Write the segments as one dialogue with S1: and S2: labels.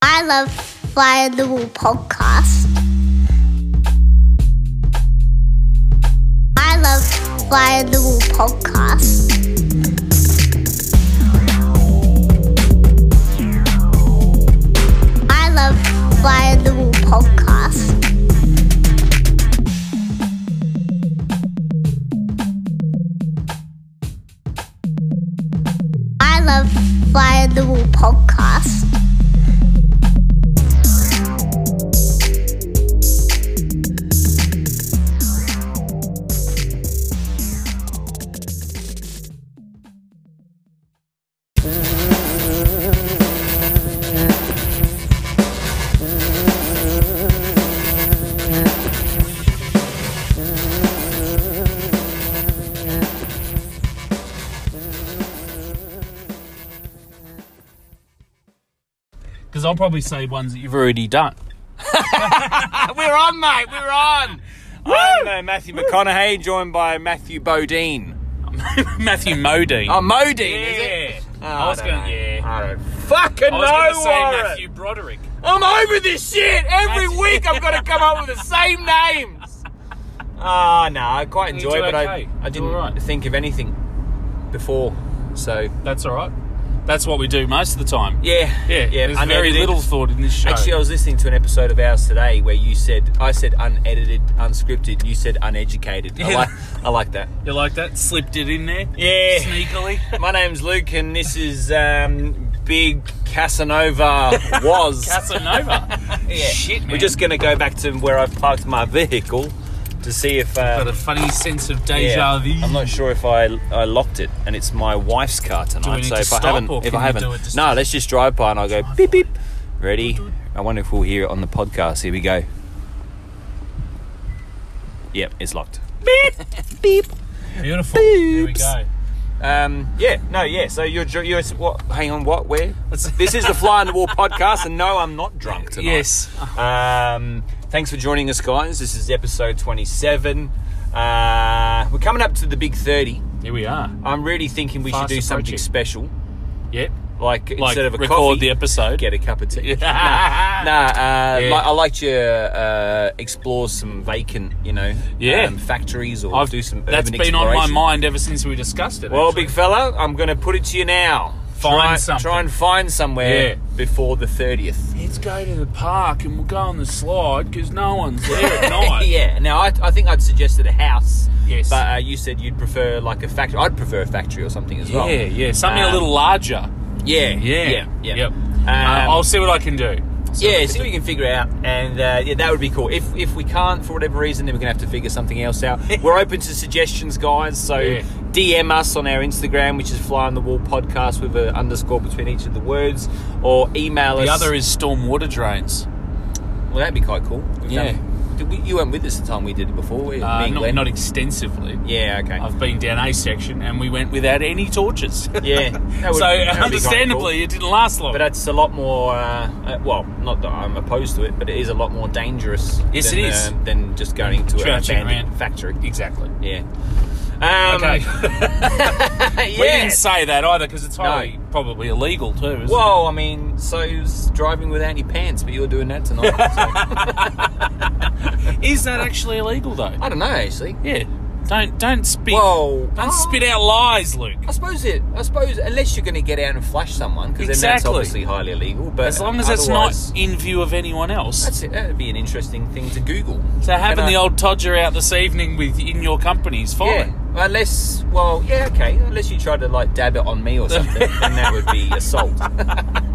S1: I love Fly on the Wall podcast. I love Fly on the Wall podcast. I love Fly on the Wall podcast. I love Fly on the Wall podcast.
S2: Because I'll probably say ones that you've already done.
S3: We're on, mate. We're on. I'm uh, Matthew McConaughey, joined by Matthew Bodine.
S2: Matthew Modine.
S3: Oh, Modine, is
S2: yeah.
S3: it? Oh,
S2: I was
S3: don't
S2: going
S3: know.
S2: to, yeah.
S3: I don't fucking
S2: I
S3: know,
S2: was going to say
S3: Warren.
S2: Matthew Broderick.
S3: I'm over this shit. Every
S2: Matthew-
S3: week I've got to come up with the same names. Ah, no, I quite
S2: You
S3: enjoy it,
S2: do
S3: but
S2: okay.
S3: I, I
S2: You do
S3: didn't
S2: alright.
S3: think of anything before. So,
S2: That's all right. That's what we do most of the time.
S3: yeah.
S2: Yeah, There's very
S3: unedited.
S2: little thought in this show.
S3: Actually, I was listening to an episode of ours today where you said, I said unedited, unscripted, and you said uneducated. I,
S2: Yeah.
S3: like, I like that.
S2: you like that? Slipped it in there.
S3: Yeah.
S2: Sneakily.
S3: My name's Luke, and this is um, Big Casanova Was.
S2: Casanova.
S3: Yeah.
S2: Shit, man.
S3: We're just going to go back to where I parked my vehicle to see if.
S2: got
S3: Uh,
S2: a funny sense of deja
S3: yeah,
S2: vu.
S3: I'm not sure if I I locked it, and it's my wife's car tonight.
S2: need
S3: so
S2: to
S3: if
S2: stop,
S3: I haven't,
S2: or
S3: if
S2: can
S3: I
S2: you
S3: haven't,
S2: do it just-
S3: no, let's just drive by, and I'll go beep beep. Ready? I wonder if we'll hear it on the podcast. Here we go. Yep, it's locked.
S2: Beautiful. Here we
S3: Oops.
S2: go.
S3: Um, yeah, no, yeah. So you're dr- you're what? Hang on, what? Where?
S2: Let's-
S3: this is the Fly on the Wall podcast, and no, I'm not drunk tonight.
S2: Yes.
S3: Um, thanks for joining us, guys. This is episode 27. Uh, we're coming up to the big 30.
S2: Here we are.
S3: I'm really thinking we
S2: Fast
S3: should do something
S2: approaching.
S3: special,
S2: Yep.
S3: like,
S2: Like,
S3: instead of a
S2: record
S3: coffee,
S2: the episode.
S3: get a cup of tea.
S2: Yeah.
S3: Nah, nah, uh,
S2: Yeah.
S3: li- I like to uh, explore some vacant, you know,
S2: Yeah.
S3: um, factories or do some.
S2: That's
S3: urban
S2: been on my
S3: exploration.
S2: mind ever since we discussed it.
S3: Well,
S2: actually.
S3: big fella, I'm going to put it to you now.
S2: Find
S3: try,
S2: something.
S3: Try and find somewhere
S2: Yeah.
S3: before the 30th.
S2: Let's go to the park and we'll go on the slide because no one's there at night.
S3: Yeah. Now, I, I think I'd suggested a house.
S2: Yes.
S3: But uh, you said you'd prefer like a factory. I'd prefer a factory or something as well.
S2: yeah, yeah. Something
S3: Um,
S2: a little larger.
S3: Yeah.
S2: Yeah,
S3: Yeah. Yeah.
S2: Yep.
S3: Um,
S2: Uh, I'll see what I can do. See what I
S3: yeah,
S2: can
S3: see
S2: do.
S3: what you can figure out, and uh, yeah, that would be cool. If if we can't for whatever reason, then we're gonna have to figure something else out. we're open to suggestions, guys. So
S2: Yeah.
S3: DM us on our Instagram, which is Fly on the Wall Podcast with an underscore between each of the words, or email us.
S2: The other is storm water drains.
S3: Well, that'd be quite cool. We've
S2: Yeah.
S3: done- Did we, you weren't with us the time we did it before, were you? Me
S2: Uh,
S3: and
S2: not,
S3: Glenn?
S2: not extensively.
S3: yeah, okay.
S2: I've been down A section and we went without any torches.
S3: yeah. That would-
S2: so uh,
S3: that would be quite
S2: understandably,
S3: cool.
S2: it didn't last long.
S3: But that's a lot more, uh, uh, well, not that I'm opposed to it, but it is a lot more dangerous
S2: Yes,
S3: than,
S2: it is.
S3: uh, than just going to an
S2: Trudging
S3: abandoned
S2: around.
S3: factory.
S2: exactly.
S3: Yeah. Um,
S2: Okay.
S3: yeah.
S2: We didn't say that either because it's
S3: No.
S2: highly probably illegal too. Isn't it?
S3: Well, I mean, so is driving without any pants, but you're doing that tonight. so.
S2: Is that actually illegal though?
S3: I don't know, actually.
S2: Yeah. Don't don't spit.
S3: Whoa.
S2: Don't
S3: Oh.
S2: spit out lies, Luke.
S3: I suppose it. I suppose unless you're going to get out and flash someone, because then that's
S2: Exactly.
S3: obviously highly illegal. But
S2: As long as it's not
S3: otherwise-
S2: in view of anyone else.
S3: that's it. That'd be an interesting thing to Google.
S2: So having
S3: Can I-
S2: the old Todger out this evening with in your company is fine.
S3: yeah, unless well, yeah, okay, unless you try to like dab it on me or something, then that would be assault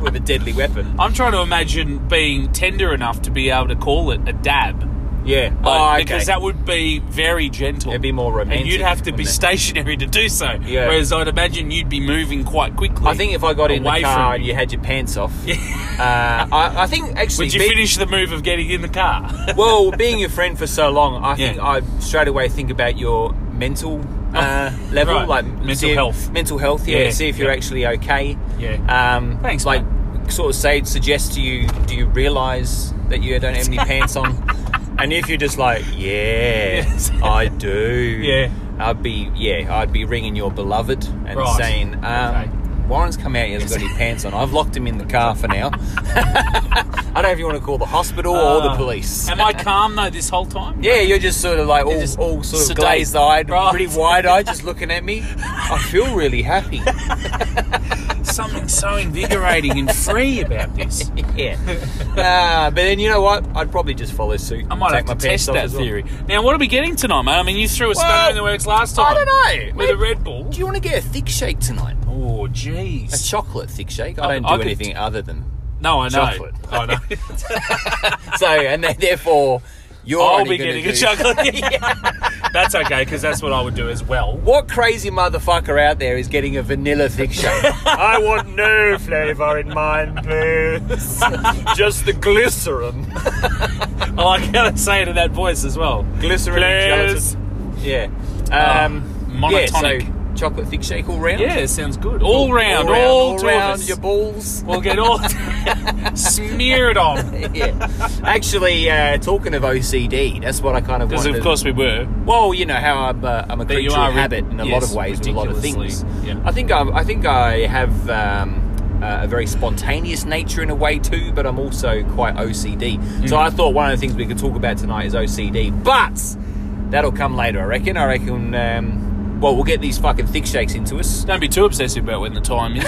S3: with a deadly weapon.
S2: I'm trying to imagine being tender enough to be able to call it a dab.
S3: Yeah,
S2: Like,
S3: oh, okay.
S2: Because that would be very gentle.
S3: It'd be more romantic.
S2: and you'd have to be
S3: wouldn't it?
S2: stationary to do so.
S3: Yeah.
S2: Whereas I'd imagine you'd be moving quite quickly.
S3: I think if I got in the
S2: away
S3: car
S2: from
S3: and
S2: you.
S3: you had your pants off, uh, I, I think actually,
S2: Would you
S3: being-
S2: finish the move of getting in the car?
S3: well, being your friend for so long, I think
S2: Yeah.
S3: I straight away think about your mental uh, level,
S2: right.
S3: like
S2: Mental
S3: see if-
S2: health.
S3: mental health. Yeah,
S2: Yeah,
S3: see if you're
S2: yeah.
S3: actually okay.
S2: Yeah.
S3: Um,
S2: Thanks,
S3: Like sort of say suggest to you, do you realise that you don't have any pants on? And if you're just like, yeah,
S2: Yes.
S3: I do. Yeah.
S2: Yeah.
S3: I'd be yeah, I'd be ringing your beloved and
S2: Right.
S3: saying, um,
S2: Okay.
S3: Warren's come out. He hasn't got any pants on. I've locked him in the car for now. I don't know if you want to call the hospital or the
S2: Uh,
S3: police.
S2: Am I calm though this whole time?
S3: Yeah, you're just sort of like all,
S2: just
S3: all sort of
S2: sedate,
S3: glazed eyed,
S2: right.
S3: pretty wide eyed, just looking at me. I feel really happy.
S2: Something so invigorating and free about this.
S3: Yeah. Uh, but then you know what? I'd probably just follow suit.
S2: I might
S3: take
S2: have to
S3: my pants
S2: test
S3: off
S2: that
S3: as well.
S2: theory. Now, what are we getting tonight, mate? I mean, you threw a spanner
S3: Well,
S2: in the works last
S3: I
S2: time.
S3: don't know.
S2: With a
S3: Maybe-
S2: Red Bull.
S3: Do you want to get a thick shake tonight?
S2: Oh,
S3: A
S2: jeez.
S3: chocolate thick shake.
S2: I-
S3: I don't
S2: I
S3: do
S2: could-
S3: anything other than
S2: No, I know.
S3: chocolate.
S2: I know.
S3: so, and then, therefore, you're
S2: I'll
S3: only
S2: be
S3: gonna
S2: getting
S3: do...
S2: a chocolate. That's okay, because that's what I would do as well.
S3: What crazy motherfucker out there is getting a vanilla thick shake?
S4: I want no flavour in mine, please. Just the glycerin.
S2: I like how they say it in that voice as well.
S3: Glycerin and
S2: Please.
S3: Yeah.
S2: Ah,
S3: Um,
S2: monotonic.
S3: Yeah, so chocolate thick shake all round.
S2: Yeah, it sounds good. All round, all,
S3: round, all
S2: two
S3: round
S2: of us.
S3: your balls.
S2: We'll get all smear it on.
S3: yeah. Actually, uh, talking of OCD, that's what I kind of
S2: Because
S3: wanted.
S2: of course we were.
S3: well, you know how I'm, uh, I'm a
S2: That you
S3: creature
S2: are
S3: of
S2: ri-
S3: habit in a lot
S2: yes,
S3: of ways with a lot of things.
S2: ridiculously, yeah.
S3: I think I, I think I have um, uh, a very spontaneous nature in a way too, but I'm also quite OCD.
S2: Hmm.
S3: So I thought one of the things we could talk about tonight is OCD, but that'll come later. I reckon. I reckon. Um, well, we'll get these fucking thick shakes into us.
S2: Don't be too obsessive about when the time is.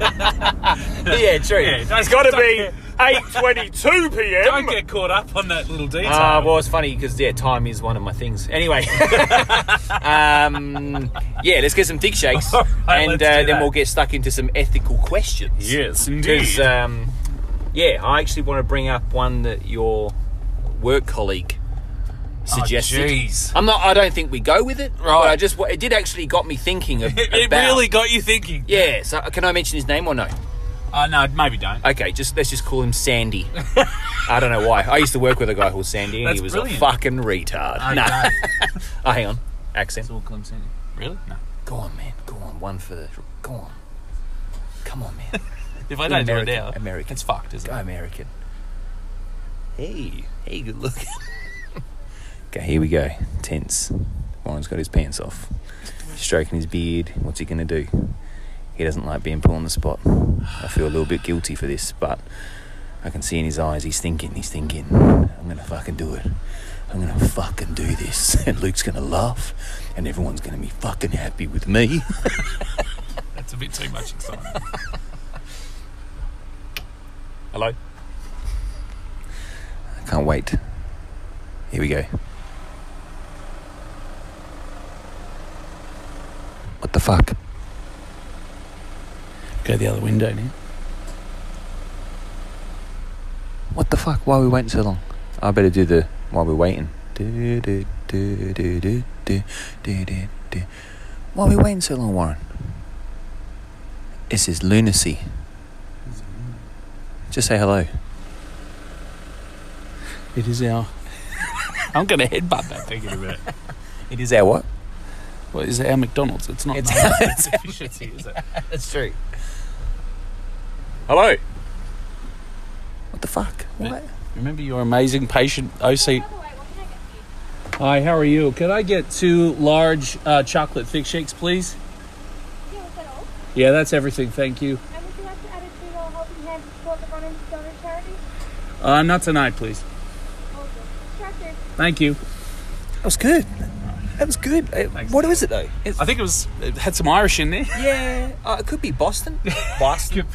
S3: yeah, true.
S4: It's got to be 8:22 p.m.
S2: Don't get caught up on that little detail.
S3: Ah, well, it's funny because yeah, time is one of my things. Anyway, um, yeah, let's get some thick shakes,
S2: All right,
S3: and
S2: let's
S3: uh,
S2: do
S3: then
S2: that.
S3: we'll get stuck into some ethical questions.
S2: yes,
S3: because
S2: indeed.
S3: um, yeah, I actually want to bring up one that your work colleague
S2: Oh,
S3: suggested.
S2: jeez.
S3: I'm not. I don't think we go with it. But
S2: Right.
S3: I just. It did actually got me thinking. Of,
S2: it, it
S3: about-
S2: really got you thinking.
S3: Yeah. So can I mention his name or no?
S2: Uh, no, maybe don't.
S3: Okay, just let's just call him Sandy. I don't know why. I used to work with a guy called Sandy, and
S2: That's
S3: he was
S2: brilliang.
S3: a fucking retard. no, oh, hang on, accent.
S2: Really? No.
S3: Go on, man. Go on. One for the. Go on. Come on, man.
S2: If I don't do
S3: American-
S2: it now,
S3: American.
S2: it's fucked, isn't
S3: Go
S2: it?
S3: American. Hey, hey, good looking. okay, here we go. Tense. Warren's got his pants off. Stroking his beard. What's he gonna do? He doesn't like being put on the spot. I feel a little bit guilty for this, but I can see in his eyes he's thinking, he's thinking, I'm gonna fucking do it. I'm gonna fucking do this. And Luke's gonna laugh, and everyone's gonna be fucking happy with me.
S2: That's a bit too much excitement.
S3: Hello? I can't wait. Here we go. What the fuck?
S2: Go the other window now.
S3: What the fuck? Why are we waiting so long? I better do the while we're waiting. Do, do, do, do, do, do, do, do, do. Why are we waiting so long, Warren? This is lunacy. Just say hello.
S2: It is our. I'm going to headbutt that thing in a minute.
S3: It is our what?
S2: Well, is it our McDonald's? It's not.
S3: It's-
S2: McDonald's. it's efficiency, is it?
S3: That's true. Hello. What the fuck? What?
S2: Remember your amazing patient OC. Hi, how are you? Can I get two large uh, chocolate thick shakes, please? Yeah, that's everything. Thank you. Uh, not tonight, please. Thank you.
S3: That was good. That was good. Uh, What was it though? It's,
S2: I think it was it had some Irish in there.
S3: yeah, uh, it could be Boston. Boston.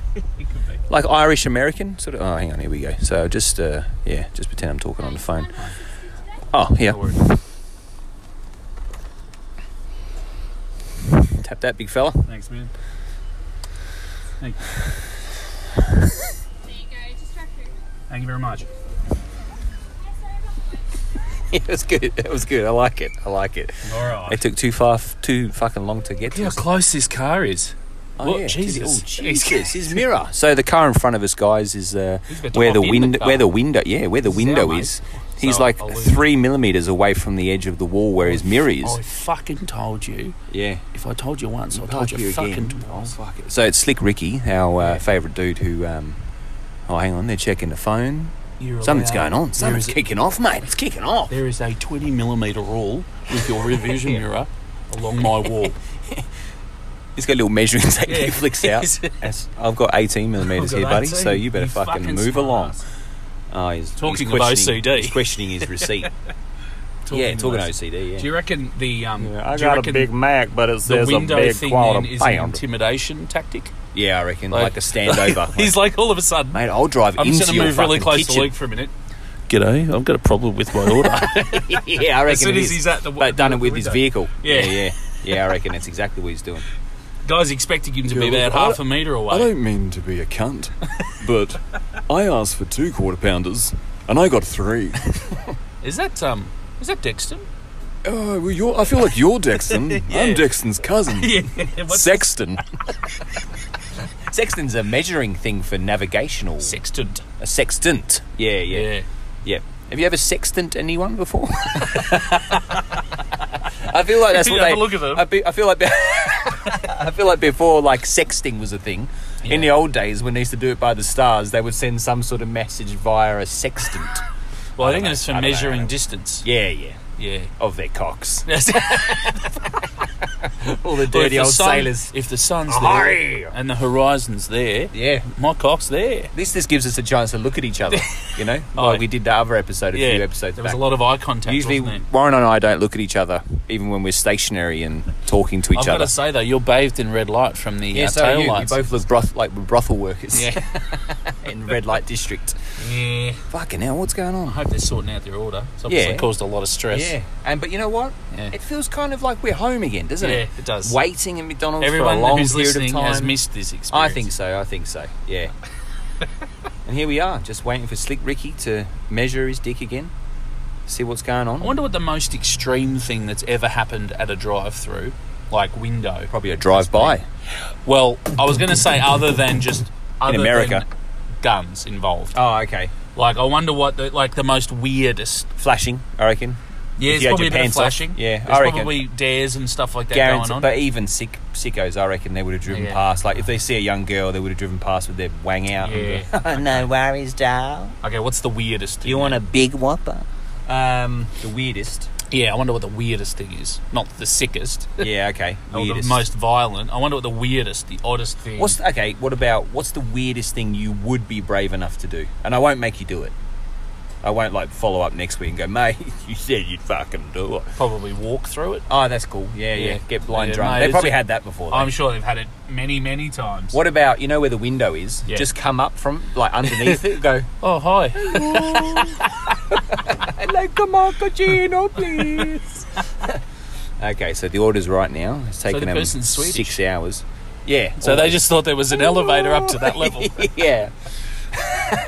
S3: like Irish American sort of. Oh, hang on. Here we go. So just uh, yeah, just pretend I'm talking on the phone. Oh yeah. Tap that big fella.
S2: Thanks, man. Thank you. Thank you very much.
S3: Yeah, it was good. That was good. I like it. I like it.
S2: All right.
S3: It took too far, f- too fucking long to get to.
S2: Look how close this car is.
S3: Oh,
S2: Look,
S3: yeah.
S2: Jesus.
S3: Oh, Jesus. His mirror. So the car in front of us, guys, is uh,
S2: He's about to
S3: where the
S2: hop in
S3: window,
S2: the car.
S3: where the window, yeah, where the
S2: is our
S3: window
S2: mate.
S3: is. He's
S2: So
S3: like
S2: I'll lose
S3: three millimeters away from the edge of the wall where his mirror is.
S2: I fucking told you.
S3: yeah.
S2: If I told you once, I
S3: Park
S2: told you,
S3: here
S2: fucking
S3: again.
S2: twice.
S3: Oh, fuck it. So it's Slick Ricky, our uh, favourite dude who. Um, oh, hang on, they're checking the phone.
S2: You're
S3: Something's
S2: allowed-
S3: going on.
S2: There
S3: Something's
S2: is,
S3: kicking off, mate. It's kicking off.
S2: there is a 20 millimeter rule with your rear vision mirror along my wall.
S3: He's got a little measuring tape
S2: Yeah.
S3: he flicks out. That's- I've got 18 millimeters
S2: I've
S3: here,
S2: got
S3: buddy.
S2: 18.
S3: So you better
S2: You
S3: fucking,
S2: fucking
S3: move along.
S2: smartass.
S3: Oh, he's
S2: Talking
S3: he's
S2: of
S3: questioning-
S2: OCD.
S3: He's questioning his receipt. yeah, talking
S2: about-
S3: OCD. Yeah.
S2: Do you reckon the um?
S5: Yeah, I
S2: do you
S5: got
S2: reckon
S5: a Big Mac, but it
S2: the
S5: says a
S2: window
S5: big
S2: thing
S5: quarter
S2: then is an
S5: pound.
S2: intimidation tactic?
S3: yeah, I reckon like, a standover.
S2: He's like all of a sudden.
S3: mate, I'll drive
S2: I'm just
S3: into
S2: going to
S3: your
S2: move really
S3: fucking
S2: close to
S3: kitchen.
S2: Luke for a minute. G'day, I've got a problem with my order.
S3: yeah, I reckon
S2: as soon
S3: it
S2: as
S3: is.
S2: he's at the
S3: but done it with his
S2: window.
S3: vehicle.
S2: Yeah.
S3: yeah, yeah, Yeah, I reckon that's exactly what he's doing.
S2: Guys expecting him to be
S4: Yeah,
S2: about
S4: look, I
S2: half a metre
S4: I
S2: away.
S4: don't mean to be a cunt, but I asked for two quarter pounders and I got three.
S2: Is that um? Is that Dexton?
S4: Oh, well, you're, I feel like you're Dexton.
S2: Yeah.
S4: I'm Dexton's cousin.
S2: Yeah. What's
S4: Sexton.
S3: Sexton's a measuring thing for navigational.
S2: Sextant?
S3: a sextant. Yeah, yeah, yeah, Have you ever sextant anyone before? I feel like that's what
S2: Have
S3: they
S2: a look at them.
S3: I, be, I feel like be- I feel like before like sexting was a thing. In the
S2: Yeah.
S3: old days when they used to do it by the stars, they would send some sort of message via a sextant.
S2: Well, I,
S3: don't
S2: think
S3: know.
S2: it's
S3: I
S2: for
S3: don't know.
S2: measuring distance.
S3: yeah, yeah.
S2: Yeah.
S3: Of their cocks.
S2: That's
S3: All the
S2: Well, if
S3: dirty
S2: the
S3: old
S2: sun-
S3: sailors.
S2: If the sun's
S3: Ahoy!
S2: there and the horizon's there,
S3: Yeah.
S2: my cock's there.
S3: This this gives us a chance to look at each other, you know?
S2: Oh,
S3: like
S2: yeah.
S3: we did the other episode a
S2: yeah,
S3: few episodes
S2: there
S3: back.
S2: was a lot of eye contact.
S3: Usually,
S2: wasn't there?
S3: Warren and I don't look at each other, even when we're stationary and talking to each
S2: I've got
S3: other.
S2: to say though, you're bathed in red light from the
S3: yeah,
S2: uh,
S3: so are
S2: tail
S3: you, you
S2: lights.
S3: both look broth- like we're brothel workers
S2: yeah.
S3: in red light district.
S2: yeah.
S3: Fucking hell, what's going
S2: I
S3: on?
S2: hope they're sorting out their order. It's obviously
S3: Yeah.
S2: caused a lot of stress.
S3: Yeah, and but you know what?
S2: Yeah.
S3: It feels kind of like we're home again, doesn't it?
S2: Yeah, it does.
S3: Waiting at McDonald's
S2: Everyone
S3: for a long
S2: who's
S3: period of
S2: listening
S3: time.
S2: has missed this experience.
S3: I think so. I think so. Yeah. and here we are, just waiting for Slick Ricky to measure his dick again, see what's going on.
S2: I wonder what the most extreme thing that's ever happened at a drive-through, like window.
S3: Probably a drive-by.
S2: Well, I was going to say other than just other
S3: America.
S2: than guns involved.
S3: Oh, okay.
S2: Like I wonder what the like the most weirdest.
S3: Flashing, I reckon.
S2: Yeah,
S3: If
S2: it's
S3: you had
S2: probably
S3: your
S2: a bit of
S3: pants off.
S2: flashing.
S3: Yeah,
S2: There's
S3: I reckon.
S2: probably dares and stuff like that
S3: Guarantee,
S2: going on.
S3: but even sick sickos, I reckon they would have driven
S2: Yeah.
S3: past. Like if they see a young girl, they would have driven past with their wang out.
S2: Yeah.
S3: And go, "Oh, no worries, doll.
S2: okay, what's the weirdest? Thing
S3: You want
S2: then?
S3: a big whopper? Um, the weirdest.
S2: Yeah, I wonder what the weirdest thing is. Not the sickest,
S3: Yeah, okay.
S2: or
S3: Weirdest.
S2: Oh, the most violent. I wonder what the weirdest, the oddest thing.
S3: What's okay? What about what's the weirdest thing you would be brave enough to do? And I won't make you do it. I won't like follow up next week and go, mate. You said you'd fucking do it.
S2: probably walk through it?
S3: Oh, that's cool. Yeah, yeah.
S2: Yeah.
S3: Get blind
S2: Yeah,
S3: drunk.
S2: mate,
S3: they
S2: it's
S3: probably
S2: a-
S3: had that before. though.
S2: I'm sure they've had it many, many times.
S3: What about you know where the window is?
S2: Yeah.
S3: Just come up from like underneath it. Go.
S2: Oh hi!
S3: like a macchiato, please. okay, so the order's right now. It's
S2: the
S3: taken them
S2: person's Swedish.
S3: six hours. Yeah.
S2: So they just thought there was an elevator up to that level.
S3: yeah.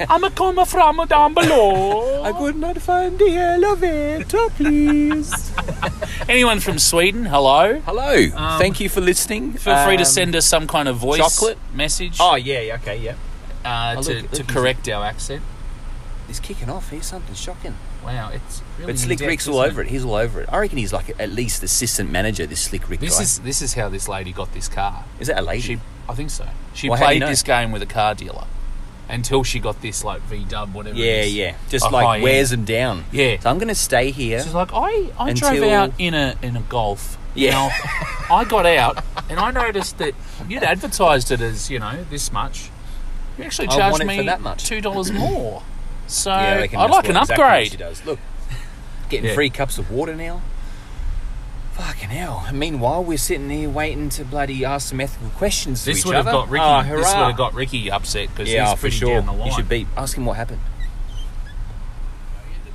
S2: I'm a coming from down below.
S3: could not find the elevator, oh, please.
S2: Anyone from Sweden? Hello.
S3: Hello. Thank you for listening.
S2: Um, Feel free to
S3: Um,
S2: send us some kind of voice
S3: chocolate?
S2: message
S3: Oh yeah. yeah, Okay. Yeah.
S2: uh, to,
S3: look, look,
S2: to
S3: he's-
S2: correct our accent.
S3: He's kicking off. Here's something shocking.
S2: Wow, it's really.
S3: But Slick
S2: in-depth,
S3: Rick's all
S2: isn't
S3: over it. He's all over it. I reckon he's like at least assistant manager. This Slick Rick
S2: This
S3: guy.
S2: is this is how this lady got this car.
S3: Is that a lady?
S2: She, I think so. She
S3: Well, how do you
S2: played
S3: know?
S2: this game with a car dealer until she got this like V Dub whatever.
S3: yeah,
S2: it is.
S3: yeah. Just
S2: A
S3: like
S2: high-end.
S3: wears him down.
S2: Yeah.
S3: So I'm gonna stay here.
S2: She's like, I, I drove
S3: Until-
S2: out in a in a golf.
S3: Yeah.
S2: Now, I got out and I noticed that you'd advertised it as you know this much. You actually
S3: I want
S2: charged
S3: it
S2: me
S3: for that much.
S2: two dollars more. So
S3: Yeah, I reckon
S2: I'd
S3: that's
S2: like an
S3: what- exactly what
S2: upgrade.
S3: she does. Look, getting
S2: Yeah.
S3: free cups of water now. Fucking hell. And meanwhile, we're sitting here waiting to bloody ask some ethical questions to
S2: this
S3: each
S2: would have
S3: other.
S2: got Ricky.
S3: Ah,
S2: this
S3: hurrah.
S2: would have got Ricky upset because
S3: yeah,
S2: he's
S3: for
S2: pretty
S3: sure.
S2: down the line.
S3: You should beat. Ask him what happened.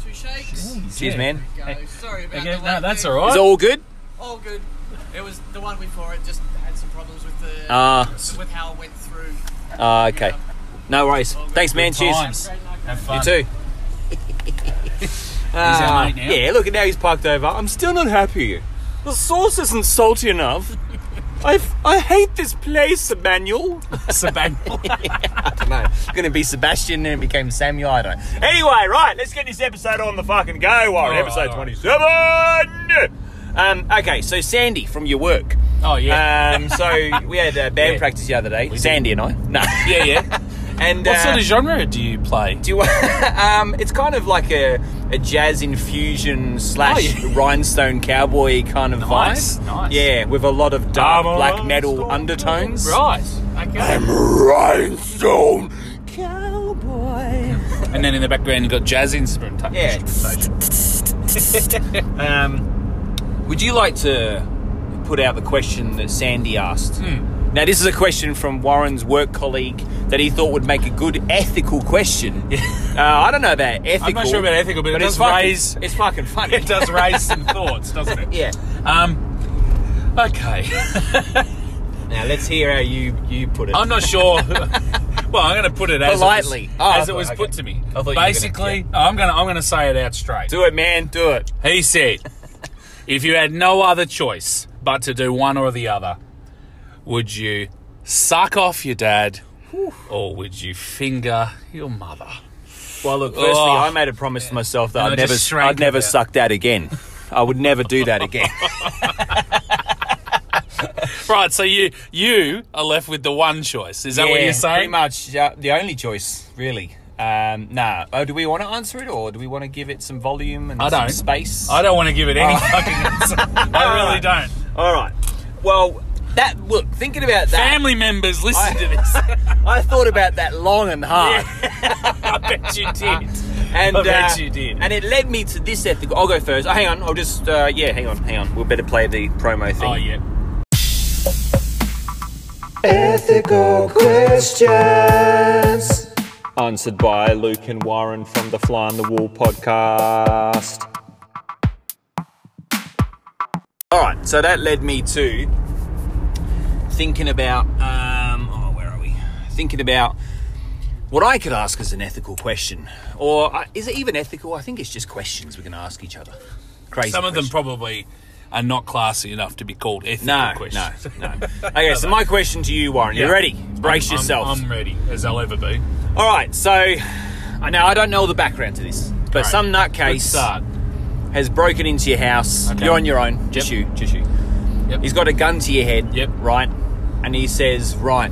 S2: Jeez,
S3: Cheers,
S2: yeah.
S3: man.
S6: go. Sorry about
S2: Okay,
S6: the
S2: no,
S6: late
S2: that's
S6: thing.
S2: all
S3: It's
S2: right.
S3: all good.
S6: All good. It was the one before it just had some problems with the
S3: Ah,
S6: with how it went through.
S3: ah, okay. No worries. Thanks, man. Cheers.
S2: Times. Have fun.
S3: You too. Ah,
S2: our mate now.
S3: yeah, look at now he's parked over. I'm still not happy. The sauce isn't salty enough. I I hate this place, Emmanuel.
S2: Sabang.
S3: No, it's going to be Sebastian, and it became Samuel. I don't. know.
S5: Anyway, right, let's get this episode on the fucking go, Warren.
S2: All right,
S5: episode
S2: all
S5: 27!
S3: Um, okay, so Sandy from your work.
S2: Oh yeah.
S3: Um, so we had uh, band
S2: Yeah.
S3: practice the other day. Sandy and I. No.
S2: yeah, yeah.
S3: And And
S7: What
S3: uh,
S7: sort of genre do you play?
S3: Do you, um, it's kind of like a, a jazz infusion slash
S7: Oh, yeah.
S3: rhinestone cowboy kind of
S7: Nice,
S3: vibe.
S7: nice.
S3: Yeah, with a lot of dark
S7: I'm a
S3: black metal
S7: rhinestone
S3: undertones.
S7: Right. Okay.
S8: Rhinestone!
S2: And then in the background, you've got jazz instrument.
S3: Yeah. um, would you like to put out the question that Sandy asked? Now, this is a question from Warren's work colleague that he thought would make a good ethical question. Uh, I don't know about ethical.
S2: I'm not sure about ethical, but it does
S3: it's fucking,
S2: raise-
S3: It's fucking funny.
S2: It does raise some thoughts, doesn't it?
S3: Yeah.
S2: Um, okay.
S3: Now let's hear how you you put it.
S2: I'm not sure. well, I'm going to put it as
S3: Politely.
S2: It was,
S3: Oh, I
S2: as it
S3: thought-
S2: was
S3: okay.
S2: put to me.
S3: I thought you were gonna-
S2: Basically, I'm going to I'm going to say it out straight.
S3: Do it, man. Do it.
S2: He said, if you had no other choice but to do one or the other, would you suck off your dad or would you finger your mother?
S3: Well, look. Firstly,
S2: Oh.
S3: I made a promise to myself that
S2: And I
S3: I'd never,
S2: just shrank
S3: I'd never
S2: about it.
S3: suck that again. I would never do that again.
S2: Right, so you you are left with the one choice. Is that what
S3: Yeah,
S2: you're
S3: Pretty
S2: saying?
S3: much uh, the only choice, really. Um, nah. Oh, do we want to answer it, or do we want to give it some volume and
S2: I
S3: some
S2: don't.
S3: space?
S2: I don't want to give it
S3: Oh.
S2: any fucking answer. I really don't.
S3: All right. Well, that look. Thinking about that,
S2: Family members, listen
S3: I-
S2: to this.
S3: I thought about that long and hard,
S2: I bet you did.
S3: and
S2: I bet
S3: uh,
S2: you did.
S3: and it led me to this ethical. I'll go first. Oh, hang on. I'll just. Uh, yeah, hang on, hang on. We'll better play the promo thing.
S2: Oh yeah.
S4: Answered by Luke and Warren from the Fly on the Wall podcast.
S3: All right, so that led me to thinking about um, oh, where are we? Thinking about what I could ask as an ethical question, or uh, is it even ethical? I think it's just questions we can ask each other. Crazy.
S2: Some of them
S3: questions.
S2: probably are not classy enough to be called ethical
S3: No,
S2: questions.
S3: no, no. Okay, so my question to you, Warren, you
S2: Yeah.
S3: ready? Brace
S2: I'm-
S3: yourself.
S2: I'm, ready, as I'll ever be.
S3: All right, so I know I don't know the background to this, but
S2: Right.
S3: some
S2: Good
S3: nutcase
S2: start.
S3: has broken into your house.
S2: Okay.
S3: You're on your own. Just you. Just you.
S2: Yep.
S3: He's got a gun to your head.
S2: Yep.
S3: Right. And he says, right.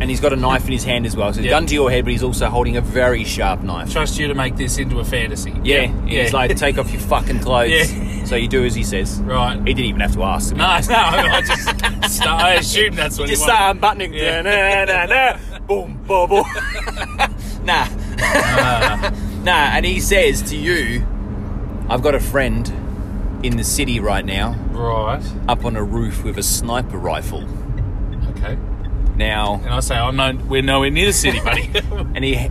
S3: And he's got a knife in his hand as well. So he's
S2: Yep.
S3: gun to your head, but he's also holding a very sharp knife.
S2: Trust you to make this into a fantasy.
S3: Yeah.
S2: Yep.
S3: And
S2: yeah.
S3: He's like, take off your fucking clothes.
S2: Yeah.
S3: So you do as he says.
S2: Right.
S3: He didn't even have to ask.
S2: No, no. I just start, I assume that's what
S3: Just
S2: he wants.
S3: start unbuttoning.
S2: Yeah.
S3: Na, na, na, na. Boom, boom, boom. nah. nah, and he says to you, I've got a friend in the city right now
S2: Right.
S3: up on a roof with a sniper rifle.
S2: Okay.
S3: Now,
S2: And I say, I'm no, we're nowhere near the city, buddy.
S3: and he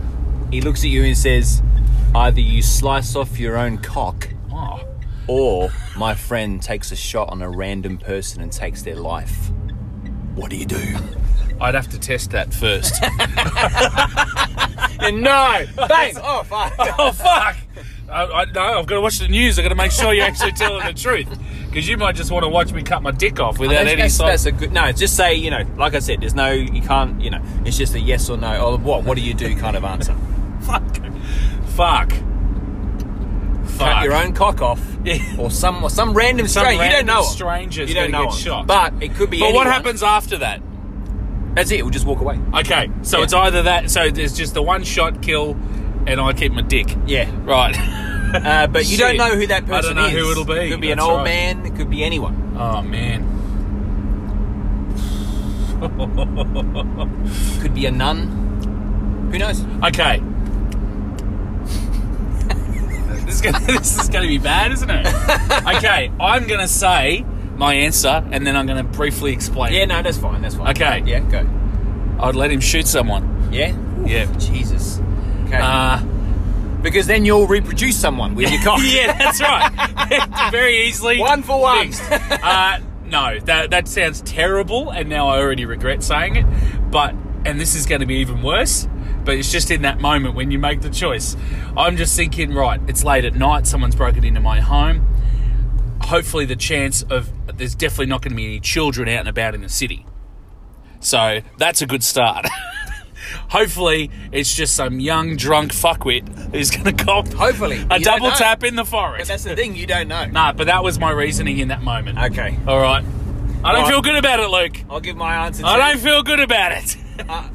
S3: he looks at you and says, either you slice off your own cock,
S2: oh,
S3: or my friend takes a shot on a random person and takes their life. What do you do?
S2: I'd have to test that first.
S3: no, thanks. oh fuck.
S2: oh fuck! I, I, no, I've got to watch the news. I've got to make sure you're actually telling the truth, because you might just want to watch me cut my dick off without
S3: That's,
S2: any
S3: that's,
S2: sort.
S3: that's a good. No, just say you know. Like I said, there's no. You can't. You know. It's just a yes or no. Or what? What do you do? Kind of answer.
S2: Fuck. Fuck.
S3: Cut
S2: Fuck.
S3: your own cock off,
S2: Yeah.
S3: or some or some random
S2: Some
S3: stranger. you don't
S2: random
S3: know. 'em.
S2: stranger's
S3: You don't
S2: gonna
S3: know.
S2: get
S3: 'em.
S2: shot.
S3: But it could be.
S2: But what
S3: anyone.
S2: happens after that?
S3: That's it. We'll just walk away.
S2: Okay, so
S3: Yeah.
S2: it's either that. So there's just the one shot kill, and I keep my dick.
S3: Yeah.
S2: Right.
S3: Uh, but you
S2: Shit.
S3: don't know who that
S2: I
S3: person
S2: don't
S3: is.
S2: know who it'll be.
S3: It could be an
S2: That's
S3: old
S2: right.
S3: man. It could be anyone.
S2: oh man.
S3: It could be a nun. Who knows?
S2: Okay. this, is gonna, this is gonna be bad, isn't it? okay, I'm gonna say my answer, and then I'm gonna briefly explain.
S3: Yeah,
S2: it.
S3: no, that's fine. That's fine.
S2: Okay.
S3: Yeah, go.
S2: I'd let him shoot someone.
S3: Yeah.
S2: Yeah.
S3: Jesus. Okay.
S2: Uh,
S3: because then you'll reproduce someone with your cock.
S2: yeah, that's right. Very easily.
S3: One for one.
S2: fixed. Uh, no, that, that sounds terrible, and now I already regret saying it. But, and this is going to be even worse, but it's just in that moment when you make the choice. I'm just thinking, right, it's late at night, someone's broken into my home. Hopefully, the chance of there's definitely not going to be any children out and about in the city. So, that's a good start. Hopefully, it's just some young drunk fuckwit who's going to cop
S3: Hopefully.
S2: a
S3: You don't
S2: double
S3: know.
S2: tap in the
S3: But
S2: forest.
S3: that's the thing. You don't know.
S2: Nah, but that was my reasoning in that moment.
S3: Okay.
S2: All right. I don't
S3: All
S2: feel good about it, Luke.
S3: I'll give my answer. To
S2: I don't feel good about it.
S3: Uh,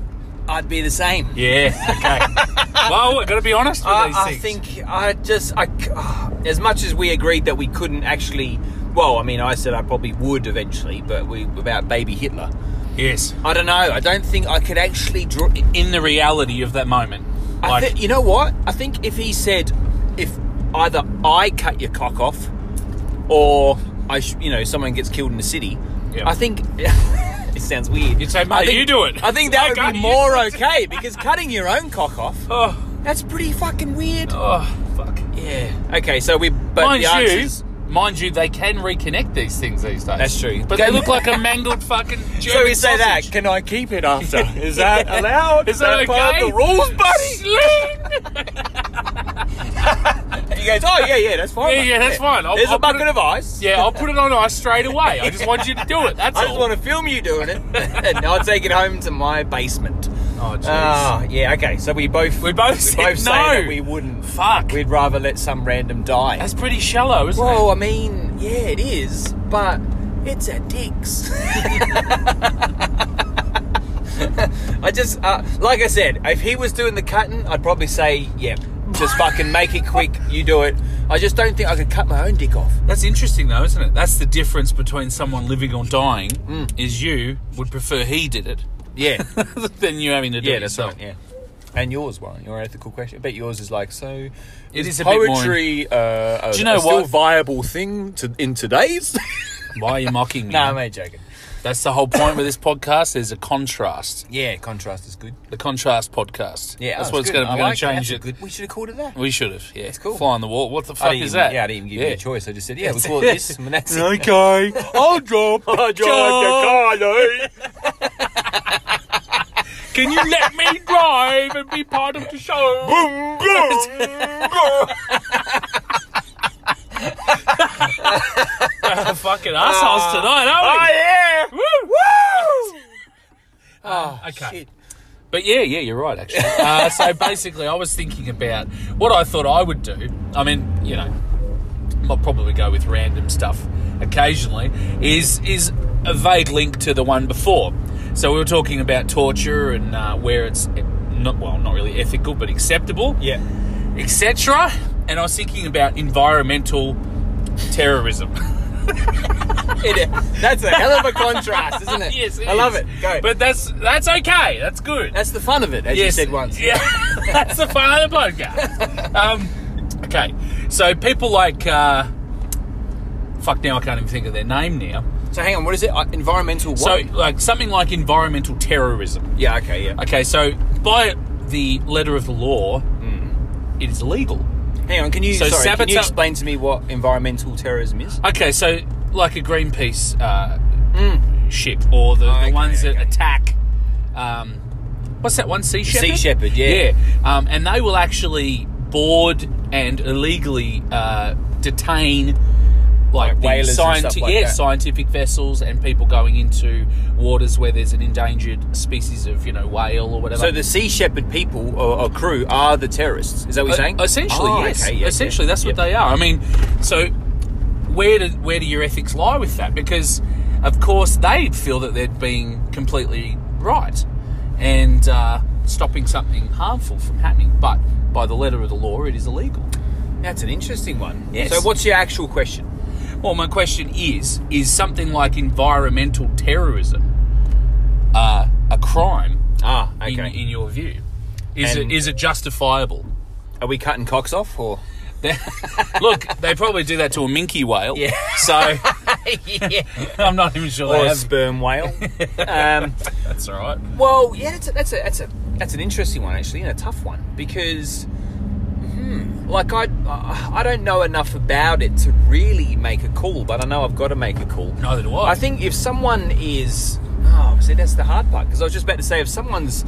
S3: I'd be the same.
S2: Yeah. Okay. well, we're gonna be honest with
S3: I,
S2: these
S3: I
S2: things.
S3: think I just I c- uh, as much as we agreed that we couldn't actually. Well, I mean, I said I probably would eventually, but we about baby Hitler.
S2: yes.
S3: I don't know. I don't think I could actually draw.
S2: In the reality of that moment,
S3: I
S2: like
S3: thi- you know what? I think if he said, if either I cut your cock off, or I, sh- you know, someone gets killed in the city,
S2: Yeah.
S3: I think it sounds weird.
S2: You'd say,
S3: I
S2: "Mate, you do it."
S3: I think that
S2: I
S3: would
S2: got
S3: be
S2: you.
S3: more okay because cutting your own cock off,
S2: oh,
S3: that's pretty fucking weird.
S2: oh, fuck.
S3: Yeah. Okay, so we. But
S2: mind
S3: the
S2: you,
S3: answers-
S2: mind you, they can reconnect these things these days.
S3: That's true.
S2: But they look like a mangled fucking. German
S3: So we say that.
S2: sausage.
S3: Can I keep it after? Is that allowed?
S2: Is that
S3: part
S2: okay?
S3: of the rules, buddy?
S2: Sling!
S3: He goes, oh yeah, yeah, that's fine.
S2: Yeah,
S3: mate.
S2: yeah, that's fine. I'll-
S3: There's
S2: I'll
S3: a
S2: put
S3: bucket
S2: it-
S3: of ice.
S2: Yeah, I'll put it on ice straight away. I just want you to do it. That's
S3: I
S2: all.
S3: just want to film you doing it, and I'll take it home to my basement.
S2: Oh, jeez.
S3: Ah, yeah, okay. So we both
S2: We both
S3: we
S2: said
S3: both say
S2: no.
S3: that we wouldn't.
S2: Fuck.
S3: We'd rather let some random die.
S2: That's pretty shallow, isn't
S3: well, I mean, yeah, it is, but it's a dicks. I just, uh, like I said, if he was doing the cutting, I'd probably say, yeah, just fucking make it quick. You do it. I just don't think I could cut my own dick off.
S2: it? That's interesting, though, isn't it? That's the difference between someone living or dying.
S3: Mm.
S2: Is you would prefer he did it
S3: Yeah.
S2: than you having to do
S3: Yeah,
S2: it
S3: that's
S2: yourself.
S3: right. Yeah. And yours, Warren, your ethical question. I bet yours is like so.
S2: It is a bit more-
S3: poetry. uh, a,
S2: Do you know
S3: a still
S2: what?
S3: viable thing to in today's?
S2: Why are you mocking me?
S3: no, I'm only joking.
S2: That's the whole point with this podcast. There's a contrast.
S3: Yeah, contrast is good.
S2: The contrast podcast.
S3: Yeah,
S2: that's
S3: oh,
S2: what it's going to be.
S3: good. I
S2: Going
S3: like
S2: to
S3: that.
S2: change
S3: That's a
S2: it.
S3: Good. We should have called it that.
S2: We should have. Yeah, it's
S3: cool.
S2: Fly on the wall. What the
S3: I
S2: fuck
S3: didn't
S2: is
S3: even-
S2: that?
S3: Yeah, I didn't even give you
S2: Yeah.
S3: a choice. I just said, yeah, we'll call it this. And that's it.
S4: Okay, I'll drop. I'll drop the car,
S2: Can you let me drive and be part of the show? fucking assholes
S3: Ah.
S2: tonight, aren't we?
S3: yeah!
S2: Woo!
S3: Oh,
S2: okay.
S3: shit.
S2: But yeah, yeah, you're right, actually. uh, so basically, I was thinking about what I thought I would do. I mean, you know, I'll probably go with random stuff occasionally. Is is a vague link to the one before. So we were talking about torture and uh, where it's not well, not really ethical, but acceptable.
S3: Yeah.
S2: etc. And I was thinking about environmental terrorism.
S3: It, that's a hell of a contrast, isn't it?
S2: yes, it
S3: I love
S2: is.
S3: it. Go.
S2: But that's that's okay. That's good.
S3: that's the fun of it, as you said once.
S2: Yeah, that's the fun of the podcast. um, okay, so people like uh, fuck now I can't even think of their name now.
S3: So hang on, what is it? Uh, environmental what?
S2: So like something like environmental terrorism.
S3: yeah, okay, yeah.
S2: Okay, so by the letter of the law,
S3: Hmm.
S2: it is illegal.
S3: Hang on, can you,
S2: So
S3: sorry, can you
S2: sabota-
S3: explain to me what environmental terrorism is?
S2: Okay, so like a Greenpeace uh, ship or the,
S3: Mm. Okay,
S2: the ones
S3: okay.
S2: that attack. Um, what's that one? Sea Shepherd.
S3: Sea Shepherd, yeah.
S2: Yeah, um, and they will actually board and illegally uh, detain. Like,
S3: Like
S2: the
S3: whalers and
S2: scienti-
S3: stuff like
S2: yeah,
S3: that.
S2: scientific vessels and people going into waters where there's an endangered species of you know whale or whatever.
S3: So the Sea Shepherd people or, or crew are the terrorists. Is that what you're saying?
S2: Uh, Essentially,
S3: Oh,
S2: yes.
S3: okay, yeah,
S2: essentially,
S3: yeah.
S2: that's what they are. I mean, so where do where do your ethics lie with that? Because of course they'd feel that they're being completely right and uh, stopping something harmful from happening, but by the letter of the law, it is illegal.
S3: That's an interesting one.
S2: Yes.
S3: So what's your actual question?
S2: Well, my question is: Is something like environmental terrorism uh, a crime
S3: Ah,
S2: in,
S3: okay.
S2: in your view? Is
S3: And-
S2: it is it justifiable?
S3: Are we cutting cocks off or?
S2: Look, they probably do that to a minke whale. Yeah. So I'm not even sure
S3: Or
S2: they
S3: a
S2: have.
S3: sperm whale? um,
S2: That's all right.
S3: well, yeah, that's a, that's a that's a that's an interesting one actually, and a tough one because, hmm, like I I I don't know enough about it to really make a call, but I know I've got to make a call.
S2: Neither do I.
S3: I think if someone is, oh, see, that's the hard part because I was just about to say if someone's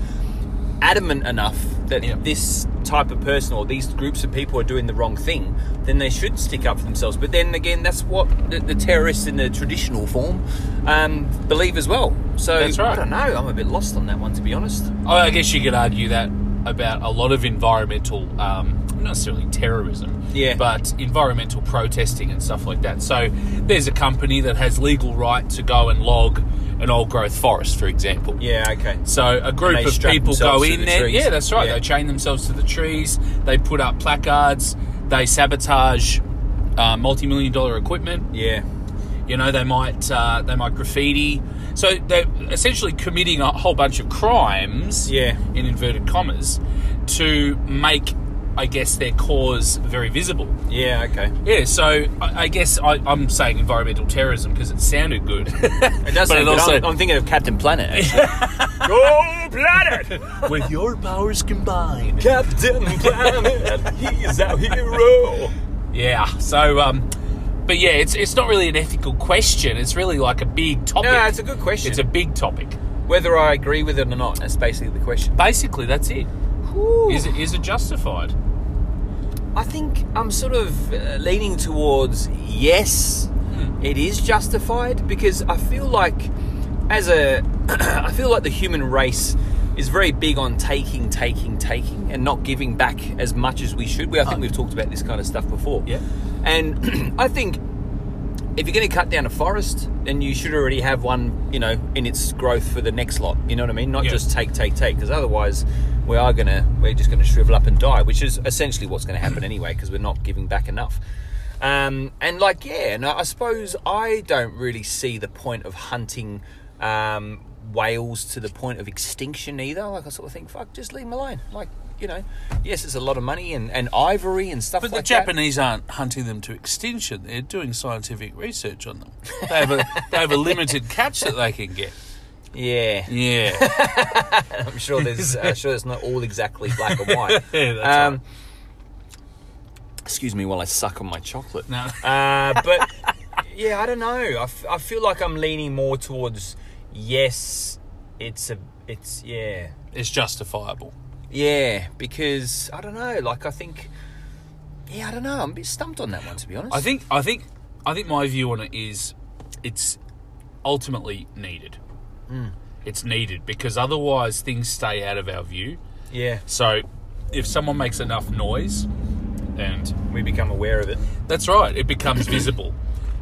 S3: adamant enough that
S2: Yeah.
S3: this type of person or these groups of people are doing the wrong thing, then they should stick up for themselves. But then again, that's what the, the terrorists in the traditional form um, believe as well. So
S2: That's right.
S3: I don't know. I'm a bit lost on that one, to be honest.
S2: Oh, I guess you could argue that about a lot of environmental um, not necessarily terrorism,
S3: Yeah.
S2: but environmental protesting and stuff like that. So there's a company that has legal right to go and log an old growth forest, for example.
S3: Yeah, okay.
S2: So a
S3: And
S2: group
S3: they
S2: of
S3: strap
S2: people
S3: themselves
S2: go
S3: to
S2: in
S3: the
S2: there.
S3: trees.
S2: Yeah, that's right.
S3: Yeah.
S2: They chain themselves to the trees. They put up placards. They sabotage uh, multi-million dollar equipment.
S3: Yeah.
S2: You know, they might uh, they might graffiti. So they're essentially committing a whole bunch of crimes.
S3: Yeah.
S2: In inverted commas, to make, I guess, their cause very visible.
S3: Yeah, okay.
S2: Yeah. So I, I guess I, I'm saying environmental terrorism because it sounded good.
S3: It
S2: But
S3: does sound
S2: it
S3: good.
S2: also-
S3: I'm, I'm thinking of Captain Planet. actually.
S4: Go planet!
S2: With your powers combined.
S4: Captain Planet, he's our hero.
S2: Yeah. So, um, but yeah, it's it's not really an ethical question. It's really like a big topic.
S3: no, it's a good question.
S2: It's a big topic.
S3: Whether I agree with it or not, that's basically the question.
S2: Basically, that's it. Is it is it justified?
S3: I think I'm sort of uh, leaning towards yes, it is justified because I feel like as a I feel like the human race is very big on taking, taking, taking, and not giving back as much as we should. We I think we've talked about this kind of stuff before.
S2: Yeah.
S3: and I think if you're going to cut down a forest, then you should already have one, you know, in its growth for the next lot. You know what I mean? Not
S2: Yeah.
S3: just take, take, take, because otherwise we are going to we're just going to shrivel up and die, which is essentially what's going to happen anyway, because we're not giving back enough. Um, and like, yeah, and I I suppose I don't really see the point of hunting um, whales to the point of extinction either. Like, I sort of think, fuck, just leave them alone. Like, you know, yes, it's a lot of money and, and ivory and stuff
S2: But
S3: like
S2: the
S3: that.
S2: Japanese aren't hunting them to extinction. They're doing scientific research on them. They have a they have a limited catch that they can get.
S3: Yeah.
S2: Yeah.
S3: I'm sure there's uh, sure it's not all exactly black and white.
S2: Yeah, that's
S3: um, Excuse me while I suck on my chocolate.
S2: No.
S3: Uh, but yeah, I don't know. I, f- I feel like I'm leaning more towards yes. It's a it's yeah
S2: It's justifiable.
S3: yeah because I don't know. Like I think yeah I don't know. I'm a bit stumped on that one to be honest.
S2: I think I think I think my view on it is it's ultimately needed.
S3: Hmm.
S2: It's needed because otherwise things stay out of our view.
S3: yeah
S2: So if someone makes enough noise and
S3: we become aware of it.
S2: that's right, it becomes visible.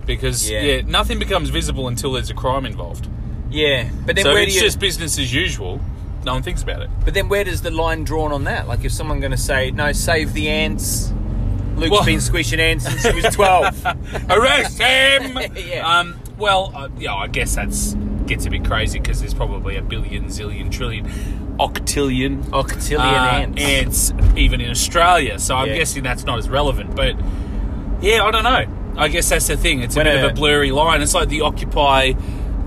S2: Because
S3: Yeah.
S2: yeah. nothing becomes visible until there's a crime involved.
S3: Yeah, but then
S2: so
S3: where
S2: if it's
S3: do you?
S2: just business as usual, no one thinks about it.
S3: But then where does the line drawn on that? Like, if someone going to say, no, save the ants. Luke's
S2: Well-
S3: been squishing ants since he was 12.
S2: Oh, Arrest him!
S3: Yeah.
S2: um, well, uh, yeah, I guess that's gets a bit crazy because there's probably a billion, zillion, trillion, octillion
S3: Octillion
S2: uh,
S3: Oh, ants.
S2: ants even in Australia. So I'm
S3: Yeah.
S2: guessing that's not as relevant. But yeah, I don't know. I guess that's the thing. It's a
S3: When
S2: bit of
S3: a-
S2: a blurry line. It's like the Occupy,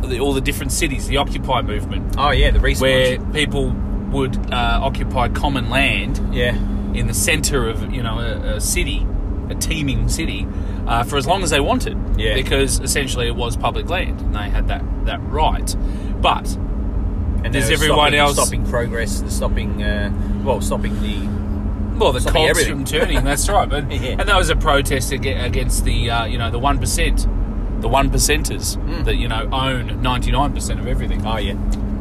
S2: the, all the different cities, the Occupy movement,
S3: Oh, yeah, the recent
S2: where
S3: ones.
S2: people would uh, occupy common land
S3: Yeah.
S2: in the centre of you know a, a city, a teeming city, uh, for as long as they wanted.
S3: Yeah.
S2: Because essentially it was public land, and they had that that right. But
S3: And
S2: Does
S3: they were
S2: everyone
S3: stopping,
S2: else-
S3: Stopping progress, the stopping, uh, well, stopping the.
S2: well, the
S3: Stopping
S2: cogs from
S3: everything.
S2: turning. That's right. But,
S3: Yeah.
S2: And that was a protest aga- against the uh, you know the one percent, the one percenters that you know own ninety nine percent of everything.
S3: Hmm. Oh, yeah.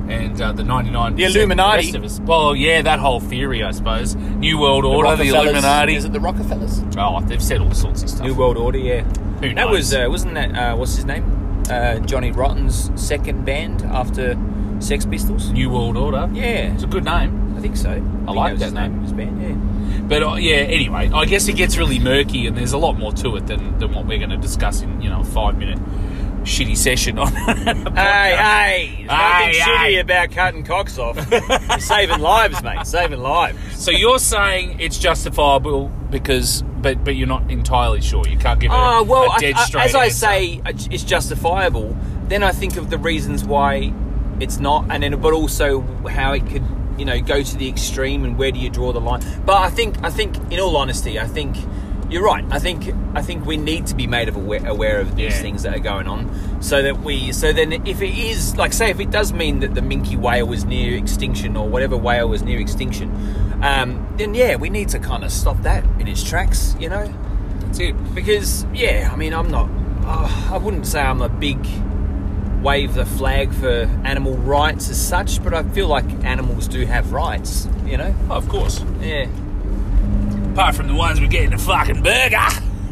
S2: And uh, the ninety nine,
S3: The Illuminati.
S2: Rest of us. Well, yeah, that whole theory, I suppose. New World Order, the,
S3: Rockefellers.
S2: Illuminati.
S3: Is it the Rockefellers?
S2: Oh, they've said all sorts of stuff.
S3: New World Order, yeah.
S2: Who
S3: That was,
S2: knows?
S3: uh, wasn't that, uh, what's his name? Uh, Johnny Rotten's second band after Sex Pistols?
S2: New World Order.
S3: Yeah,
S2: It's a good name.
S3: I think so. I, think
S2: like
S3: was
S2: that
S3: his name.
S2: name.
S3: of His band, yeah.
S2: But uh, yeah, anyway, I guess it gets really murky, and there's a lot more to it than, than what we're going to discuss in you know a five minute shitty session on.
S3: Hey, hey! There's nothing
S2: Hey,
S3: shitty
S2: hey.
S3: about cutting cocks off. You're saving lives, mate. Saving lives.
S2: so you're saying it's justifiable because, but but you're not entirely sure. You can't give it
S3: Oh
S2: a,
S3: well,
S2: a
S3: I,
S2: dead
S3: I,
S2: straight
S3: as I
S2: answer.
S3: say, uh, it's justifiable. Then I think of the reasons why it's not, and then but also how it could, you know, go to the extreme, and where do you draw the line? But I think, I think, in all honesty, I think you're right. I think, I think we need to be made of aware, aware of these
S2: Yeah.
S3: things that are going on, so that we, so then if it is like, say, if it does mean that the minke whale was near extinction or whatever whale was near extinction, um, then yeah, we need to kind of stop that in its tracks, you know.
S2: that's it.
S3: Because yeah, I mean, I'm not. Uh, I wouldn't say I'm a big wave the flag for animal rights as such, but I feel like animals do have rights. You know?
S2: Oh, of course.
S3: Yeah.
S2: Apart from the ones we get in the fucking burger.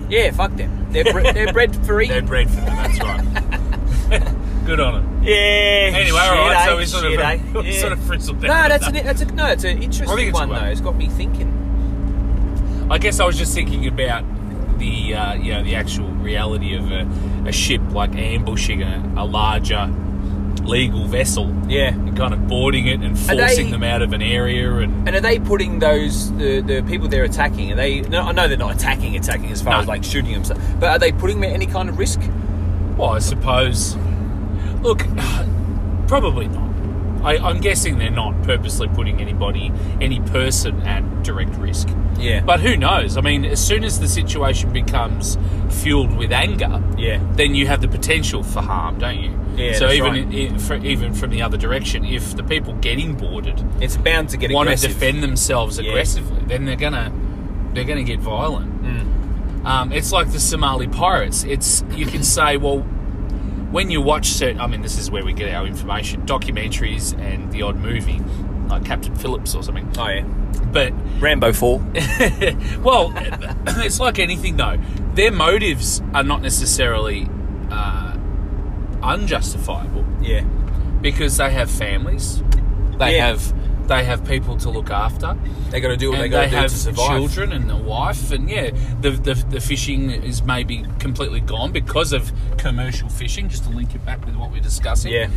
S3: Yeah, fuck them. They're, bre- they're bred for
S2: They're
S3: eating.
S2: bred for them, that's right. Good on them.
S3: Yeah. Anyway,
S2: Anyway, all right,
S3: eh?
S2: so we sort of, we sort of frizzled down.
S3: No,
S2: with
S3: that's
S2: that.
S3: an that's a no. It's an interesting
S2: it's
S3: one
S2: a-
S3: though. It's got me thinking.
S2: I guess I was just thinking about the uh, you know the actual reality of a, a ship like ambushing a, a larger legal vessel
S3: Yeah.
S2: and kind of boarding it and
S3: Are they-
S2: forcing them out of an area and
S3: And are they putting those the, the people they're attacking? Are they? No, I know they're not attacking, attacking as far
S2: No.
S3: as like shooting them. so- But are they putting them at any kind of risk?
S2: well I suppose look probably not. I, I'm guessing they're not purposely putting anybody any person at direct risk.
S3: Yeah.
S2: But who knows? I mean, as soon as the situation becomes fueled with anger,
S3: Yeah.
S2: then you have the potential for harm, don't you?
S3: Yeah,
S2: So
S3: that's
S2: even
S3: right.
S2: i- for, even from the other direction, if the people getting boarded
S3: It's bound to get
S2: want
S3: aggressive.
S2: to defend themselves
S3: Yeah.
S2: aggressively, then they're gonna they're gonna get violent.
S3: Mm.
S2: Um, it's like the Somali pirates. It's you can say, well, when you watch certain, I mean, this is where we get our information, documentaries and the odd movie, like Captain Phillips or something.
S3: Oh yeah.
S2: But
S9: Rambo 4.
S2: well, it's like anything though. Their motives are not necessarily uh, unjustifiable
S3: Yeah.
S2: because they have families. They
S3: Yeah.
S2: have they have people to look after.
S3: They got to do what
S2: and
S3: they got
S2: they
S3: to do
S2: have
S3: to survive.
S2: children and a wife, and yeah, the, the the fishing is maybe completely gone because of commercial fishing. Just to link it back with what we're discussing,
S3: Yeah.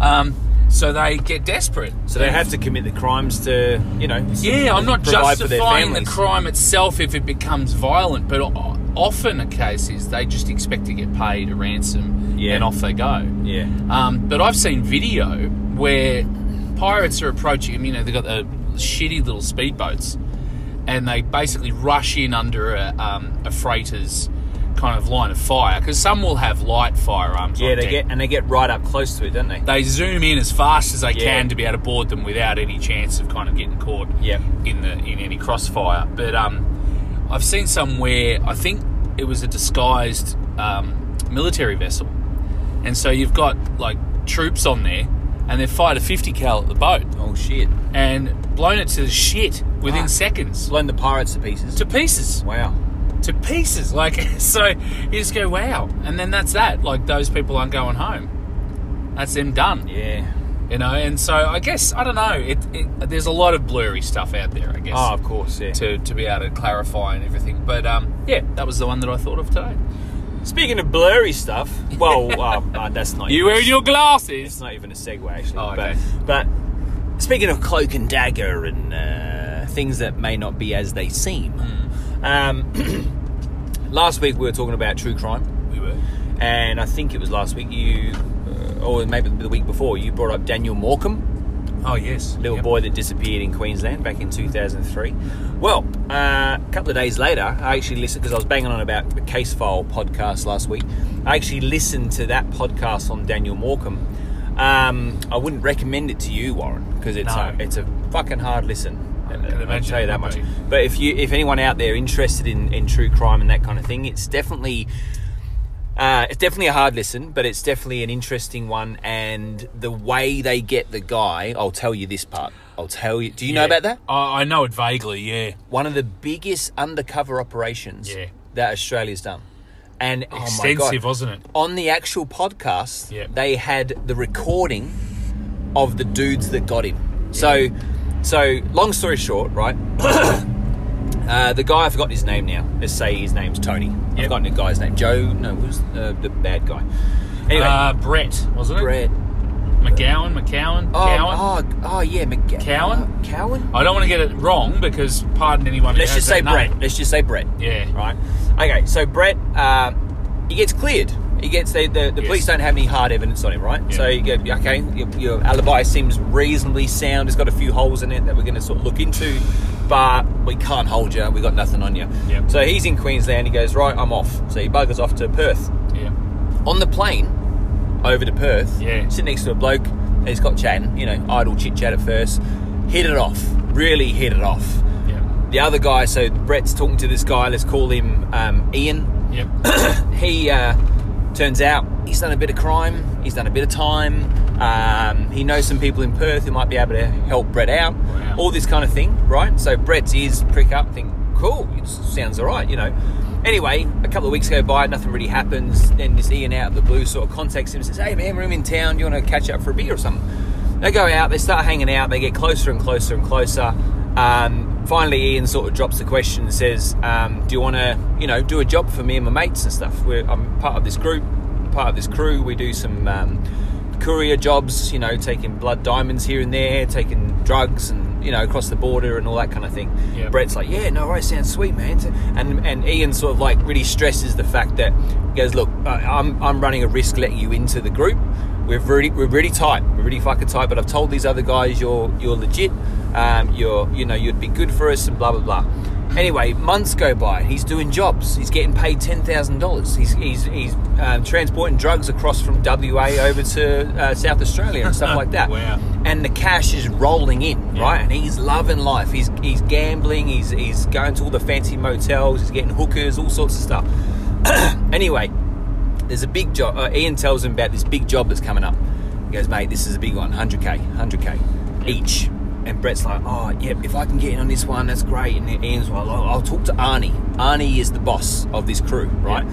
S2: Um, so they get desperate.
S3: So they have to commit the crimes to, you know.
S2: Yeah, I'm not
S3: provide for their
S2: justifying the
S3: families.
S2: crime itself if it becomes violent, but o- often a case is they just expect to get paid a ransom
S3: Yeah.
S2: and off they go.
S3: Yeah.
S2: Um, but I've seen video where pirates are approaching them. You know, they've got the shitty little speedboats, and they basically rush in under a, um, a freighter's kind of line of fire because some will have light firearms.
S3: Yeah,
S2: on
S3: they
S2: deck.
S3: get and they get right up close to it, don't they?
S2: They zoom in as fast as they
S3: Yeah.
S2: can to be able to board them without any chance of kind of getting caught
S3: Yep.
S2: in the in any crossfire. But um, I've seen somewhere I think it was a disguised um, military vessel, and so you've got like troops on there, and they've fired a fifty cal at the boat
S3: Oh shit!
S2: and blown it to shit within
S3: Ah.
S2: seconds,
S3: Blown the pirates to pieces.
S2: to pieces
S3: Wow.
S2: to pieces. Like, so you just go, wow. And then that's that. Like, those people aren't going home. That's them done.
S3: Yeah.
S2: You know, and so I guess, I don't know, it, it, there's a lot of blurry stuff out there, I guess,
S3: Oh, of course. Yeah.
S2: to, to be able to clarify and everything. But um, yeah, that was the one that I thought of today.
S3: Speaking of blurry stuff, well, um, uh, that's not
S2: You
S3: even-
S2: wearing your
S3: It's
S2: glasses?
S3: not even a segue actually.
S2: Oh,
S3: but,
S2: okay.
S3: but speaking of cloak and dagger and uh, things that may not be as they seem,
S2: Hmm.
S3: um, last week we were talking about true crime.
S2: We were.
S3: and I think it was last week you, uh, or maybe the week before, you brought up Daniel Morecambe,
S2: Oh, yes.
S3: little
S2: Yep.
S3: boy that disappeared in Queensland back in 2003. Well, uh, a couple of days later, I actually listened because I was banging on about the Case File podcast last week. I actually listened to that podcast on Daniel Morecambe. Um, I wouldn't recommend it to you, Warren, because it's
S2: No.
S3: a, it's a fucking hard listen.
S2: can
S3: I'll
S2: imagine
S3: tell you
S2: it
S3: that
S2: would
S3: much.
S2: be.
S3: But if you, if anyone out there interested in, in true crime and that kind of thing, it's definitely uh, it's definitely a hard listen, but it's definitely an interesting one. And the way they get the guy, I'll tell you this part. I'll tell you. Do you know
S2: Yeah.
S3: about that?
S2: I, I know it vaguely, yeah.
S3: One of the biggest undercover operations
S2: Yeah.
S3: that Australia's done. And
S2: Extensive,
S3: oh my God.
S2: wasn't it?
S3: On the actual podcast,
S2: Yeah.
S3: they had the recording of the dudes that got him. So, so long story short, right? uh, the guy I forgot his name now. Let's say his name's Tony. I've
S2: Yep.
S3: forgotten the guy's name. Joe. No, who's uh, the bad guy? Anyway,
S2: Uh, Brett, wasn't it?
S3: Brett.
S2: McGowan, McCowan,
S3: Oh,
S2: Cowan.
S3: oh, oh, yeah, McGowan.
S2: Cowan?
S3: Cowan.
S2: I don't want to get it wrong because, pardon anyone. who
S3: Let's
S2: knows
S3: just say
S2: that name.
S3: Brett. Let's just say Brett.
S2: Yeah.
S3: Right. Okay. So Brett, uh, he gets cleared. He gets the the, the
S2: Yes.
S3: police don't have any hard evidence on him, right?
S2: Yeah.
S3: So you go, okay, your, your alibi seems reasonably sound. It's got a few holes in it that we're going to sort of look into, but we can't hold you. We got nothing on you.
S2: Yep.
S3: So he's in Queensland. He goes right. I'm off. So he buggers off to Perth.
S2: Yeah.
S3: On the plane, over to Perth.
S2: Yeah.
S3: Sit next to a bloke. and He's got chatting, you know, idle chit chat at first. Hit it off. Really hit it off.
S2: Yeah.
S3: The other guy, so Brett's talking to this guy, let's call him um, Ian.
S2: Yep.
S3: He uh, turns out he's done a bit of crime, he's done a bit of time. Um, he knows some people in Perth who might be able to help Brett out.
S2: Wow.
S3: All this kind of thing, right? So Brett's ears prick up, think, cool, it sounds all right, you know. Anyway, a couple of weeks go by, nothing really happens. Then this Ian out of the blue sort of contacts him and says, hey man, I'm in town, do you want to catch up for a beer or something? They go out, they start hanging out, they get closer and closer and closer. Um, finally, Ian sort of drops the question and says, um, do you want to, you know, do a job for me and my mates and stuff? We're, I'm part of this group, part of this crew. We do some um, courier jobs, you know, taking blood diamonds here and there, taking drugs and, you know, across the border and all that kind of thing.
S2: Yeah.
S3: Brett's like, yeah, no worries, sounds sweet, man. And, and Ian sort of like really stresses the fact that he goes, look, I- I'm, I'm running a risk letting you into the group. We're really, we're really tight. We're really fucking tight. But I've told these other guys you're, you're legit. Um, you're, you know, you'd be good for us and blah, blah, blah. Anyway, months go by. He's doing jobs. He's getting paid ten thousand dollars. He's he's, he's um, transporting drugs across from WA over to uh, South Australia and stuff like that.
S2: Wow.
S3: And the cash is rolling in, right? And he's loving life. He's he's gambling. He's he's going to all the fancy motels. He's getting hookers, all sorts of stuff. anyway, there's a big job. Uh, Ian tells him about this big job that's coming up. He goes, mate, this is a big one, 100k, 100k each. And Brett's like, oh, yeah, if I can get in on this one, that's great. And Ian's like, I'll, I'll talk to Arnie. Arnie is the boss of this crew, right?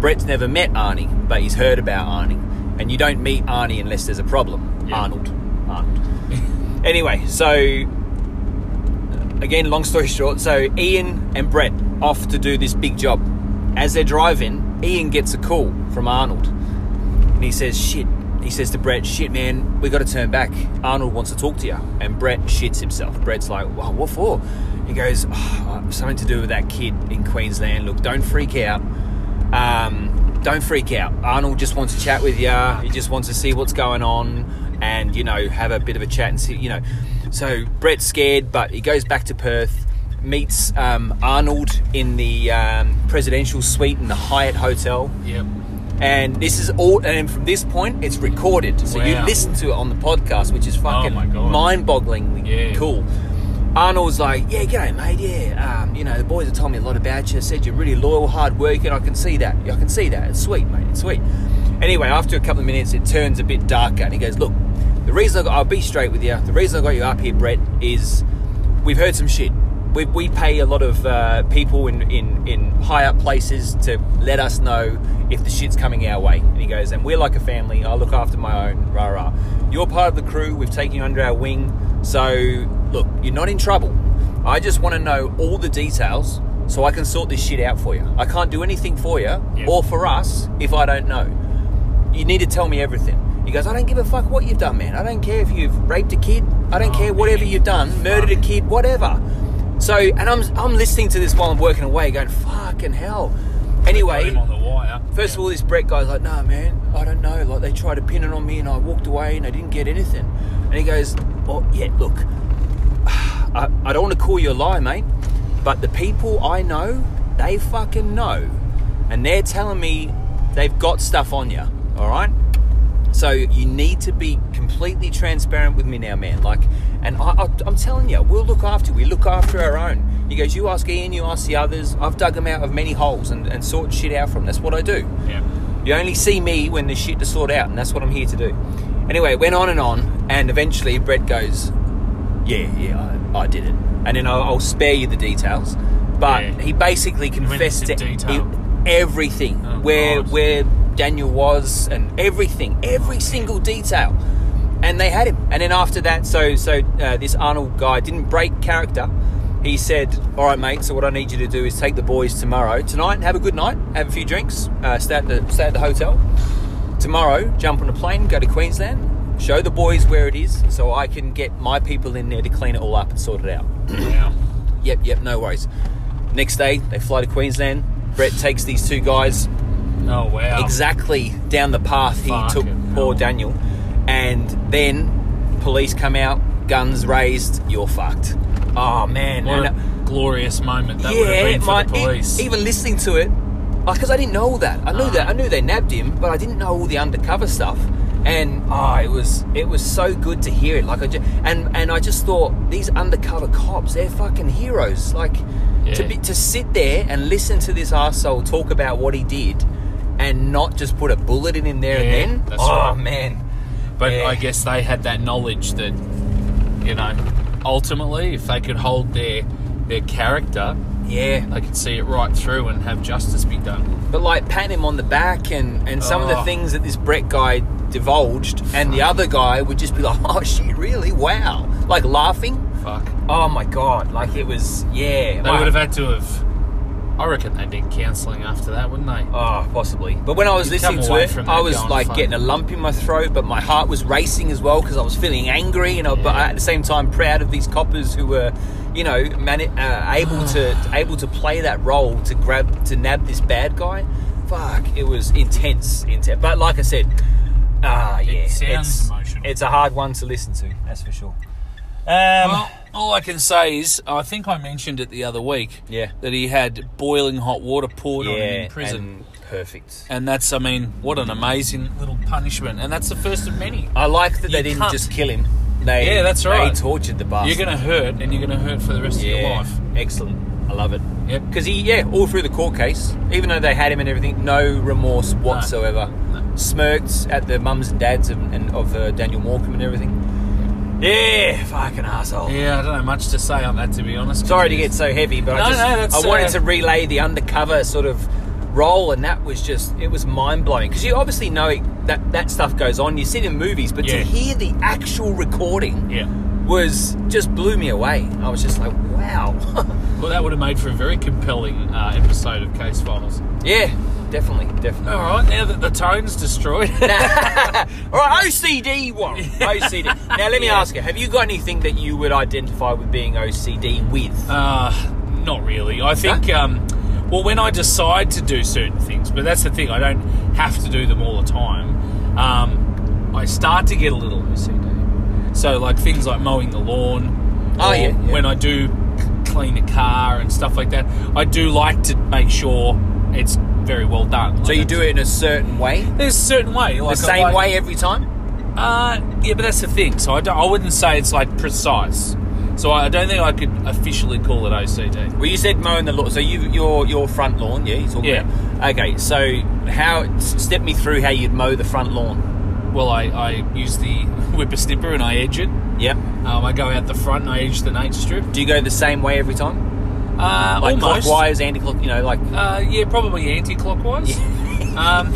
S3: Brett's never met Arnie, but he's heard about Arnie. And you don't meet Arnie unless there's a problem. Arnold. Arnold. anyway, so again, long story short, so Ian and Brett off to do this big job. As they're driving, Ian gets a call from Arnold. And he says, shit. He says to Brett, shit, man, we got to turn back. Arnold wants to talk to you. And Brett shits himself. Brett's like, wow, what for? He goes, "Oh, something to do with that kid in Queensland. Look, don't freak out. Um, don't freak out. Arnold just wants to chat with you. He just wants to see what's going on and, you know, have a bit of a chat and see, you know. So Brett's scared, but he goes back to Perth, meets um, Arnold in the um, presidential suite in the Hyatt Hotel.
S2: Yep.
S3: And this is all, and then from this point, it's recorded. So you
S2: Wow. Oh
S3: listen to it on the podcast, which is fucking
S2: my God.
S3: mind bogglingly
S2: Yeah.
S3: cool. Arnold's like, yeah, g'day, mate. Yeah, um, you know, the boys have told me a lot about you. Said you're really loyal, hard working. I can see that. I can see that. It's sweet, mate. It's sweet. Anyway, after a couple of minutes, it turns a bit darker, and he goes, look, the reason I got, I'll be straight with you. The reason I got you up here, Brett, is we've heard some shit. We, we pay a lot of uh, people in, in, in high up places to let us know if the shit's coming our way. And he goes, and we're like a family. I look after my own, rah rah. You're part of the crew. We've taken you under our wing. So look, you're not in trouble. I just want to know all the details so I can sort this shit out for you. I can't do anything for you or for us if I don't know you need to tell me everything. He goes, I don't give a fuck what you've done, man. I don't care if you've raped a kid. I
S2: Oh,
S3: don't care whatever you've done, murdered a kid, whatever. So, and I'm I'm listening to this while I'm working away, going, fucking hell.
S2: Got
S3: Anyway,
S2: him on the wire.
S3: First of all, this Brett guy's like, nah, man, I don't know. Like, they tried to pin it on me and I walked away and I didn't get anything. And he goes, well, yeah, look, I, I don't want to call you a liar, mate, but the people I know, they fucking know. And they're telling me they've got stuff on you, all right? So you need to be completely transparent with me now, man. Like, and I, I, I'm telling you, we'll look after you. We look after our own. He goes, you ask Ian, you ask the others. I've dug them out of many holes and, and sorted shit out from. 'em. That's what I do.
S2: Yeah.
S3: You only see me when there's shit to sort out, and that's what I'm here to do. Anyway, it went on and on, and eventually Brett goes, Yeah, yeah, I, I did it. And then I'll, I'll spare you the details. But
S2: Yeah.
S3: he basically
S2: went
S3: confessed to
S2: into detail.
S3: e- everything
S2: Oh,
S3: where,
S2: God.
S3: where Daniel was, and everything, every single detail. And they had him. And then after that, so so uh, this Arnold guy didn't break character. He said, "All right, mate. So what I need you to do is take the boys tomorrow, tonight. Have a good night. Have a few drinks. Uh, stay at the stay at the hotel tomorrow, jump on a plane, go to Queensland, show the boys where it is, so I can get my people in there to clean it all up and sort it out.
S2: Wow.
S3: Yep, yep, no worries. Next day, they fly to Queensland. Brett takes these two guys
S2: Oh wow.
S3: exactly down the path he
S2: Fucking
S3: took
S2: hell.
S3: poor Daniel, and then police come out, guns raised, you're fucked. Oh man,
S2: What
S3: and-
S2: a glorious moment that
S3: yeah,
S2: would have been for
S3: my-
S2: the police. Ah.
S3: e- even listening to it, because I didn't know all that. I knew that. I knew they nabbed him, but I didn't know all the undercover stuff. And oh, it was it was so good to hear it. Like I just, and and I just thought these undercover cops, they're fucking heroes. Like
S2: Yeah.
S3: to be, to sit there and listen to this asshole talk about what he did, and not just put a bullet in him there
S2: Yeah,
S3: and then.
S2: that's
S3: oh
S2: right.
S3: man,
S2: But
S3: Yeah.
S2: I guess they had that knowledge that, you know, ultimately, if they could hold their their character,
S3: Yeah.
S2: They could see it right through and have justice be done.
S3: But like patting him on the back and, and some of the
S2: Oh.
S3: things that this Brett guy divulged, and the other guy would just be like, oh shit, really? Wow. Like laughing.
S2: Fuck.
S3: Oh my god. Like it was, yeah.
S2: They would have had to have. I reckon they did counselling after that, wouldn't they?
S3: Oh, possibly. But when I was
S2: You'd come
S3: listening to
S2: away
S3: it,
S2: from
S3: I
S2: that
S3: was
S2: going,
S3: like
S2: "Fuck."
S3: getting a lump in my throat, but my heart was racing as well because I was feeling angry and I, but at the same time proud of these coppers who were, you know, mani- uh, able to able to play that role to grab to nab this bad guy. Fuck, it was intense, intense. But like I said, ah, yeah,
S2: sounds
S3: it's
S2: emotional.
S3: it's a hard one to listen to. That's for sure. Um,
S2: Well, all I can say is, I think I mentioned it the other week.
S3: Yeah.
S2: That he had boiling hot water poured on him
S3: yeah,
S2: in prison. And,
S3: and perfect.
S2: that's, I mean, what an amazing little punishment. And that's the first of many.
S3: I like that
S2: You
S3: they didn't
S2: can't-
S3: just kill him. They,
S2: Yeah, that's right.
S3: They tortured the bastard.
S2: You're going to hurt, and you're going to hurt for the rest of your life.
S3: Excellent. I love it.
S2: Yep.
S3: Because he, yeah, all through the court case, even though they had him and everything, no remorse whatsoever. Smirked at the mums and dads and, and of uh, Daniel Morecambe and everything. Yeah, fucking asshole.
S2: Yeah, I don't have much to say on that, to be honest.
S3: Sorry to get so heavy, but
S2: No,
S3: I just
S2: no, that's,
S3: I wanted
S2: uh,
S3: to relay the undercover sort of role, and that was just it was mind blowing because you obviously know it, that that stuff goes on. You see it in movies, but
S2: Yeah.
S3: to hear the actual recording
S2: Yeah.
S3: was just blew me away. I was just like, wow.
S2: Well, that would have made for a very compelling uh, episode of Case Files.
S3: Yeah, definitely, definitely.
S2: All right, now that the tone's destroyed.
S3: All right, OCD one. OCD. Now let me ask you: Have you got anything that you would identify with being OCD with?
S2: Uh, not really. I think, um, well, when I decide to do certain things, but that's the thing, I don't have to do them all the time. Um, I start to get a little OCD. So, like things like mowing the lawn.
S3: Oh,
S2: or
S3: yeah, yeah.
S2: When I do c- clean a car and stuff like that, I do like to make sure it's very well done.
S3: So
S2: Like,
S3: you do it in a certain way,
S2: There's a certain way.
S3: the
S2: Like I
S3: same
S2: like-
S3: way every time.
S2: Uh, yeah, but that's the thing. So I, don't, I wouldn't say it's like precise. So I don't think I could officially call it OCD.
S3: Well, you said mowing the lawn. So you your your front lawn, yeah. You talking
S2: Yeah.
S3: about? Okay, so how s- step me through how you'd mow the front lawn?
S2: Well, I, I use the whipper snipper and I edge it.
S3: Yep.
S2: Um, I go out the front and I edge the nate strip.
S3: Do you go the same way every time?
S2: Uh,
S3: Like
S2: almost.
S3: clockwise, anti-clock. You know, like
S2: Uh, yeah, probably anti-clockwise. um,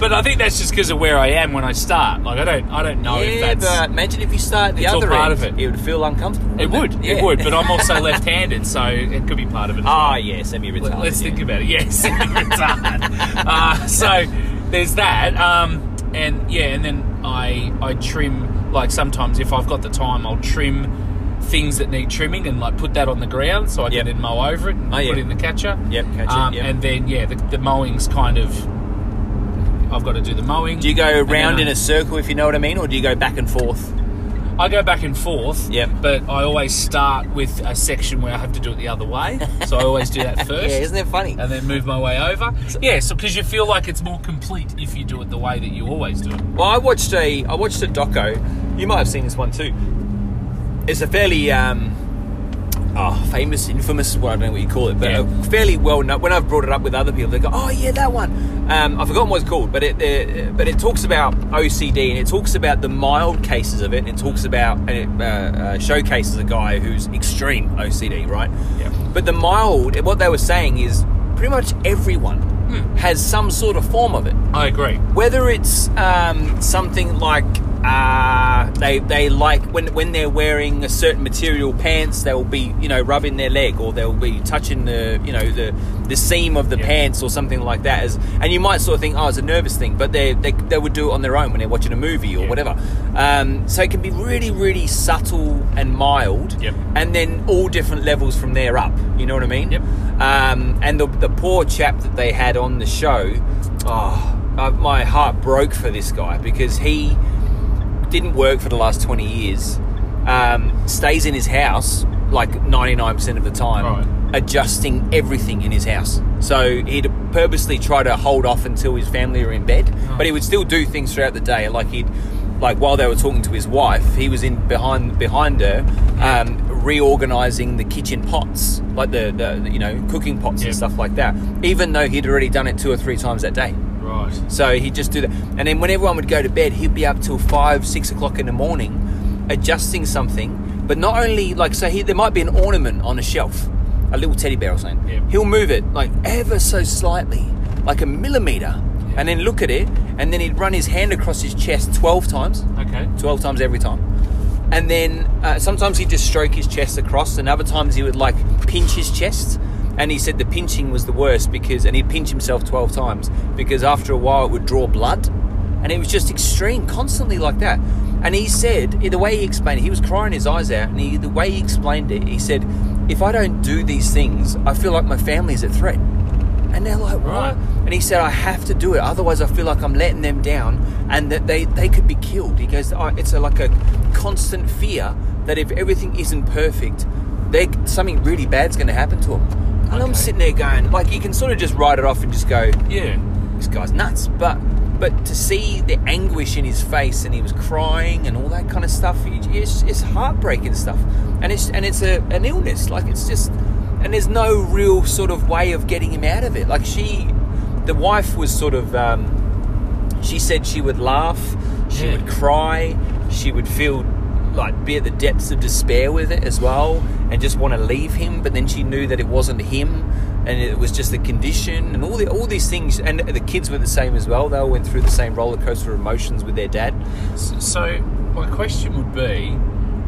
S2: but I think that's just because of where I am when I start. Like I don't, I don't know if
S3: yeah.
S2: that's.
S3: But imagine if you start the
S2: It's all
S3: other
S2: part
S3: end,
S2: of it.
S3: would feel uncomfortable.
S2: it would,
S3: wouldn't
S2: it
S3: Yeah.
S2: would. But I'm also left-handed, so it could be part of it. as well.
S3: Ah, yeah, semi-retarded.
S2: Let- Let's
S3: yeah.
S2: think about it. Yes, retard. Uh, so there's that, um, and yeah, and then I I trim like sometimes if I've got the time, I'll trim things that need trimming and like put that on the ground so I
S3: Yep.
S2: can then mow over it and
S3: Oh,
S2: put
S3: yeah.
S2: in the catcher.
S3: Yep, catch it,
S2: Um,
S3: yep.
S2: And then yeah, the, the mowing's kind of I've got to do the mowing.
S3: Do you go
S2: And then
S3: round
S2: I-
S3: in a circle, if you know what I mean, or do you go back and forth?
S2: I go back and forth.
S3: Yep.
S2: But I always start with a section where I have to do it the other way, so I always do that first.
S3: Yeah, isn't it funny?
S2: and then move my way over. Yeah, so because you feel like it's more complete if you do it the way that you always do it.
S3: Well, I watched a I watched a doco. You might have seen this one too. It's a fairly um, oh, famous, infamous. Well, I don't know what you call it, but
S2: Yeah.
S3: a fairly well known. When I've brought it up with other people, they go, "Oh yeah, that one." Um, I've forgotten what it's called, but it uh, but it talks about OCD and it talks about the mild cases of it. And it talks about and it uh, uh, showcases a guy who's extreme OCD, right?
S2: Yeah.
S3: But the mild, what they were saying is pretty much everyone
S2: Hmm.
S3: has some sort of form of it
S2: I agree.
S3: whether it's um, something like uh, they they like when when they're wearing a certain material pants, they'll be you know rubbing their leg or they'll be touching the you know the the seam of the
S2: Yeah.
S3: pants or something like that. As and you might sort of think, oh, it's a nervous thing, but they they, they would do it on their own when they're watching a movie or
S2: Yeah.
S3: whatever. Um, so it can be really really subtle and mild,
S2: Yep.
S3: and then all different levels from there up. You know what I mean?
S2: Yep.
S3: Um, and the, the poor chap that they had on the show, oh, uh, my heart broke for this guy because he didn't work for the last 20 years, um, stays in his house like 99% of the time,
S2: Right.
S3: adjusting everything in his house. So he'd purposely try to hold off until his family were in bed, but he would still do things throughout the day. Like he'd, like while they were talking to his wife, he was in behind behind her, um, reorganizing the kitchen pots, like the, the you know cooking pots
S2: Yeah.
S3: and stuff like that. Even though he'd already done it two or three times that day.
S2: Right.
S3: So he'd just do that. And then when everyone would go to bed, he'd be up till five, six o'clock in the morning adjusting something. But not only, like, so he, there might be an ornament on a shelf. a little teddy bear or something,
S2: Yeah.
S3: he'll move it like ever so slightly, like a millimeter, and then look at it, and then he'd run his hand across his chest 12 times.
S2: Okay.
S3: 12 times every time. And then uh, sometimes he'd just stroke his chest across, and other times he would like pinch his chest. And he said the pinching was the worst because, and he'd pinch himself 12 times because after a while it would draw blood. And it was just extreme, constantly like that. And he said, the way he explained it, he was crying his eyes out. And he, the way he explained it, he said, If I don't do these things, I feel like my family's at threat. And they're like,
S2: Right.
S3: what? And he said, I have to do it. Otherwise, I feel like I'm letting them down and that they, they could be killed. He goes, "I- it's a, like a constant fear that if everything isn't perfect, they something really bad's going to happen to them. And I'm sitting there going, like, you can sort of just write it off and just go,
S2: Yeah.
S3: this guy's nuts. But but to see the anguish in his face and he was crying and all that kind of stuff, it- it's, it's heartbreaking stuff. And it's and it's a, an illness. Like it's just and there's no real sort of way of getting him out of it. Like she, the wife was sort of. Um, she said she would laugh, she
S2: Yeah.
S3: would cry, she would feel like be at the depths of despair with it as well, and just want to leave him. But then she knew that it wasn't him, and it was just the condition, and all the all these things. And the kids were the same as well. They all went through the same roller coaster of emotions with their dad.
S2: So my question would be,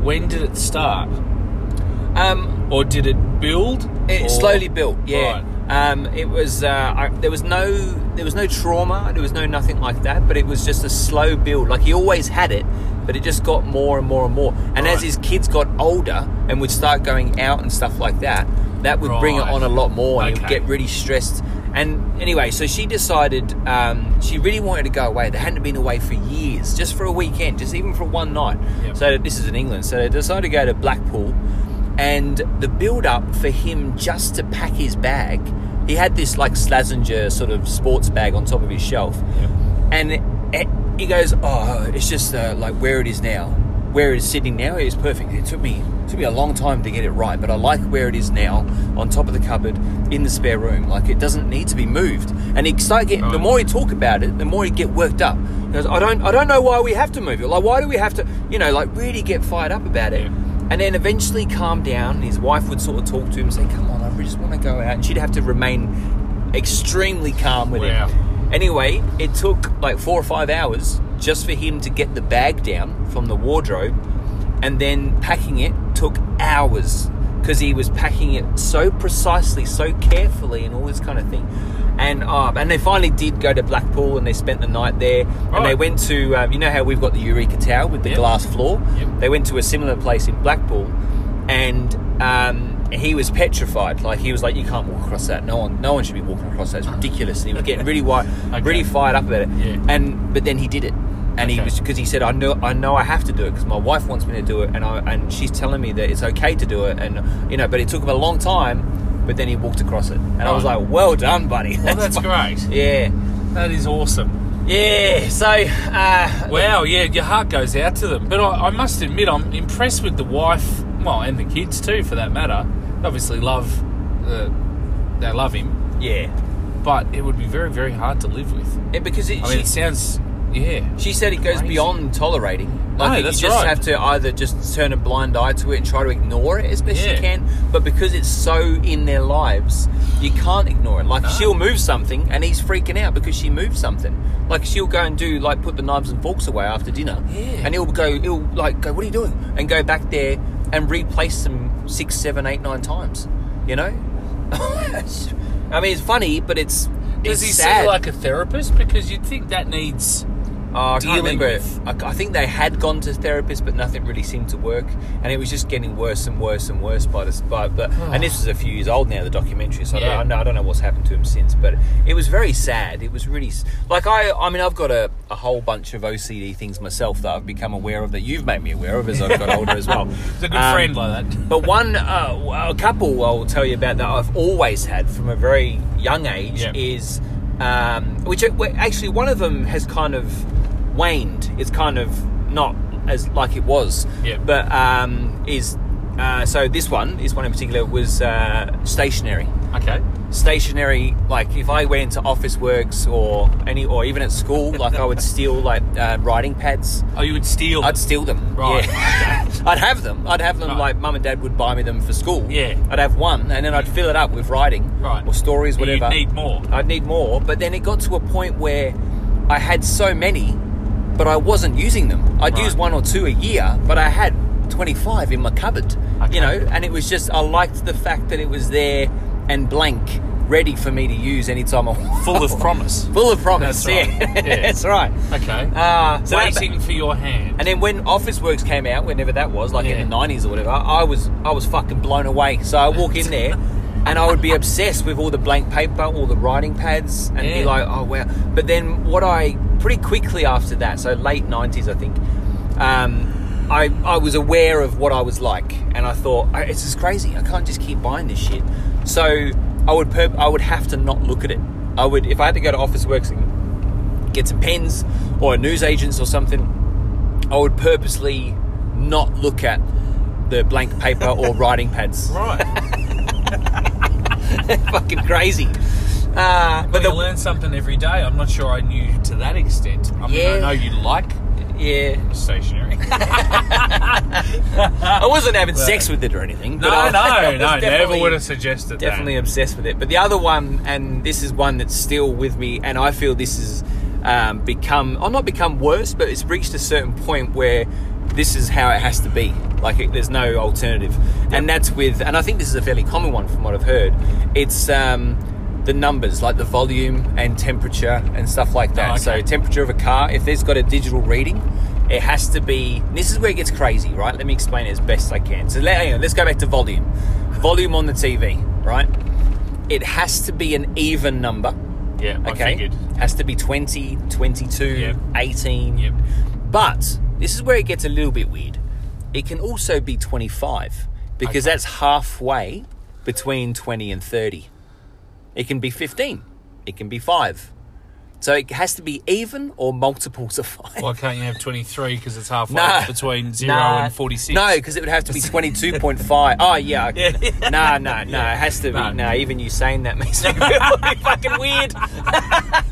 S2: when did it start,
S3: Um,
S2: or did it build?
S3: It
S2: or-
S3: slowly built, yeah.
S2: Right.
S3: Um, it was uh, I, there was no there was no trauma, there was no nothing like that, but it was just a slow build. Like he always had it, but it just got more and more and more. And as
S2: Right.
S3: his kids got older and would start going out and stuff like that, that would bring it
S2: Right.
S3: on a lot more, and he would
S2: Okay.
S3: get really stressed. And anyway, so she decided um, she really wanted to go away. They hadn't been away for years, just for a weekend, just even for one night.
S2: Yep.
S3: So this is in England. So they decided to go to Blackpool, and the build-up for him just to pack his bag, he had this like Slazenger sort of sports bag on top of his shelf, and it, it- he goes, "Oh, it's just uh, like where it is now, where it is sitting now. It is perfect. It took me it took me a long time to get it right, but I like where it is now, on top of the cupboard, in the spare room. Like it doesn't need to be moved." And he started getting the more he talk about it, the more he get worked up. He goes, "I don't, I don't know why we have to move it. Like why do we have to, you know, like really get fired up about it." And then eventually calm down. His wife would sort of talk to him, say, "Come on, I really just want to go out." And she'd have to remain extremely calm with
S2: Wow.
S3: him. Anyway, it took like four or five hours just for him to get the bag down from the wardrobe, and then packing it took hours because he was packing it so precisely, so carefully, and all this kind of thing. And uh, and they finally did go to Blackpool, and they spent the night there. And they
S2: Right.
S3: went to um, you know how we've got the Eureka Tower with the
S2: Yep.
S3: glass floor.
S2: Yep.
S3: They went to a similar place in Blackpool, and. Um, he was petrified. Like he was like, "You can't walk across that. No one, no one should be walking across that. It's ridiculous." And he was getting really white,
S2: Uh-huh. Okay.
S3: really fired up about it.
S2: Yeah.
S3: And but then he did it, and he
S2: Okay.
S3: was because he said, "I know, I know, I have to do it because my wife wants me to do it, and I and she's telling me that it's okay to do it, and you know." But it took him a long time, but then he walked across it, and I was
S2: Right.
S3: like, "Well done, buddy."
S2: Well, Oh, that's great.
S3: yeah,
S2: That is awesome.
S3: yeah. So uh,
S2: Wow. Yeah, your heart goes out to them. But I, I must admit, I'm impressed with the wife. Well, and the kids too, for that matter. Obviously, love. Uh, they love him,
S3: yeah,
S2: but it would be very, very hard to live with.
S3: it, because it,
S2: I mean,
S3: she-
S2: it sounds. Yeah.
S3: She said it goes
S2: Crazy.
S3: beyond tolerating.
S2: No,
S3: Like
S2: that's
S3: you just
S2: right.
S3: have to either just turn a blind eye to it and try to ignore it as best
S2: Yeah.
S3: you can. But because it's so in their lives, you can't ignore it. Like she'll move something and he's freaking out because she moved something. Like she'll go and do like put the knives and forks away after dinner.
S2: Yeah.
S3: And he'll go he'll like go, What are you doing? And go back there and replace them six, seven, eight, nine times. You know? I mean it's funny, but it's
S2: Does
S3: it's
S2: he
S3: sad.
S2: seem like a therapist? Because you'd think that needs.
S3: Oh, I can't
S2: dealing
S3: remember.
S2: with?
S3: I, I think they had gone to therapists, but nothing really seemed to work, and it was just getting worse and worse and worse by this. By, but and this was a few years old now, the documentary. So I,
S2: Yeah.
S3: don't, I know- I don't know what's happened to him since, but it was very sad. It was really s- like I. I mean, I've got a, a whole bunch of OCD things myself that I've become aware of that you've made me aware of as I've got older as well.
S2: He's a good
S3: Um,
S2: friend like that.
S3: but one, uh, a couple I'll tell you about that I've always had from a very young age
S2: Yeah.
S3: is, um, which well, actually one of them has kind of waned. It's kind of not as like it was,
S2: Yeah.
S3: but um, is Uh, so this one, this one in particular, was uh, stationary.
S2: Okay.
S3: Stationary, like if I went into office works or any, or even at school, like I would steal like uh, writing pads.
S2: Oh, you would steal.
S3: I'd steal them.
S2: Right.
S3: Yeah. I'd have them. I'd have them
S2: Right.
S3: like mum and dad would buy me them for school.
S2: Yeah.
S3: I'd have one and then I'd fill it up with writing.
S2: Right.
S3: Or stories,
S2: But you'd
S3: whatever.
S2: need more.
S3: I'd need more. But then it got to a point where I had so many, but I wasn't using them. I'd
S2: Right.
S3: use one or two a year, but I had 25 in my cupboard.
S2: Okay.
S3: You know, and it was just, I liked the fact that it was there and blank, ready for me to use anytime I want.
S2: Full of promise.
S3: Full of promise,
S2: That's right.
S3: yeah.
S2: Yeah.
S3: That's right.
S2: Okay.
S3: Uh, so that-
S2: Waiting for your hand.
S3: and then when Officeworks came out, whenever that was, like
S2: Yeah.
S3: in the nineties or whatever, I was I was fucking blown away. So I walk in there, and I would be obsessed with all the blank paper, all the writing pads, and be
S2: Yeah.
S3: like, oh wow. But then what I pretty quickly after that, so late nineties, I think, um, I I was aware of what I was like, and I thought "I- this is crazy. I can't just keep buying this shit. So I would perp- I would have to not look at it. I would if I had to go to Officeworks and get some pens or a newsagents or something. I would purposely not look at the blank paper or writing pads.
S2: Right.
S3: Fucking crazy. Uh, but
S2: But you
S3: the,
S2: learn something every day. I'm not sure I knew to that extent. I mean,
S3: Yeah.
S2: I know you like
S3: yeah,
S2: stationery.
S3: I wasn't having sex with it or anything.
S2: Ah. no,
S3: But I, I
S2: no,
S3: was
S2: no. Never
S3: definitely-
S2: would have suggested
S3: Definitely
S2: that.
S3: obsessed with it. But the other one, and this is one that's still with me, and I feel this has um, become, oh, not become worse, but it's reached a certain point where this is how it has to be. Like, it, there's no alternative. And that's with, and I think this is a fairly common one from what I've heard. It's um, the numbers, like the volume and temperature and stuff like that.
S2: Oh, okay.
S3: So, temperature of a car, if there's got a digital reading, it has to be. This is where it gets crazy, right? Let me explain it as best I can. So let, hang on, let's go back to volume. Volume on the TV, right? It has to be an even number.
S2: Yeah, I
S3: Okay.
S2: figured.
S3: Has to be 20, 22,
S2: Yep.
S3: 18.
S2: Yep.
S3: But this is where it gets a little bit weird. It can also be 25 because that's halfway between 20 and 30. It can be 15. It can be 5. So it has to be even or multiples of 5.
S2: Why can't you have 23 because it's halfway
S3: No.
S2: between 0
S3: Nah.
S2: and 46?
S3: No, because it would have to be 22.5. Oh, yeah. Okay. No, no, no. It has to be.
S2: No.
S3: No, even you saying that makes me feel really fucking weird.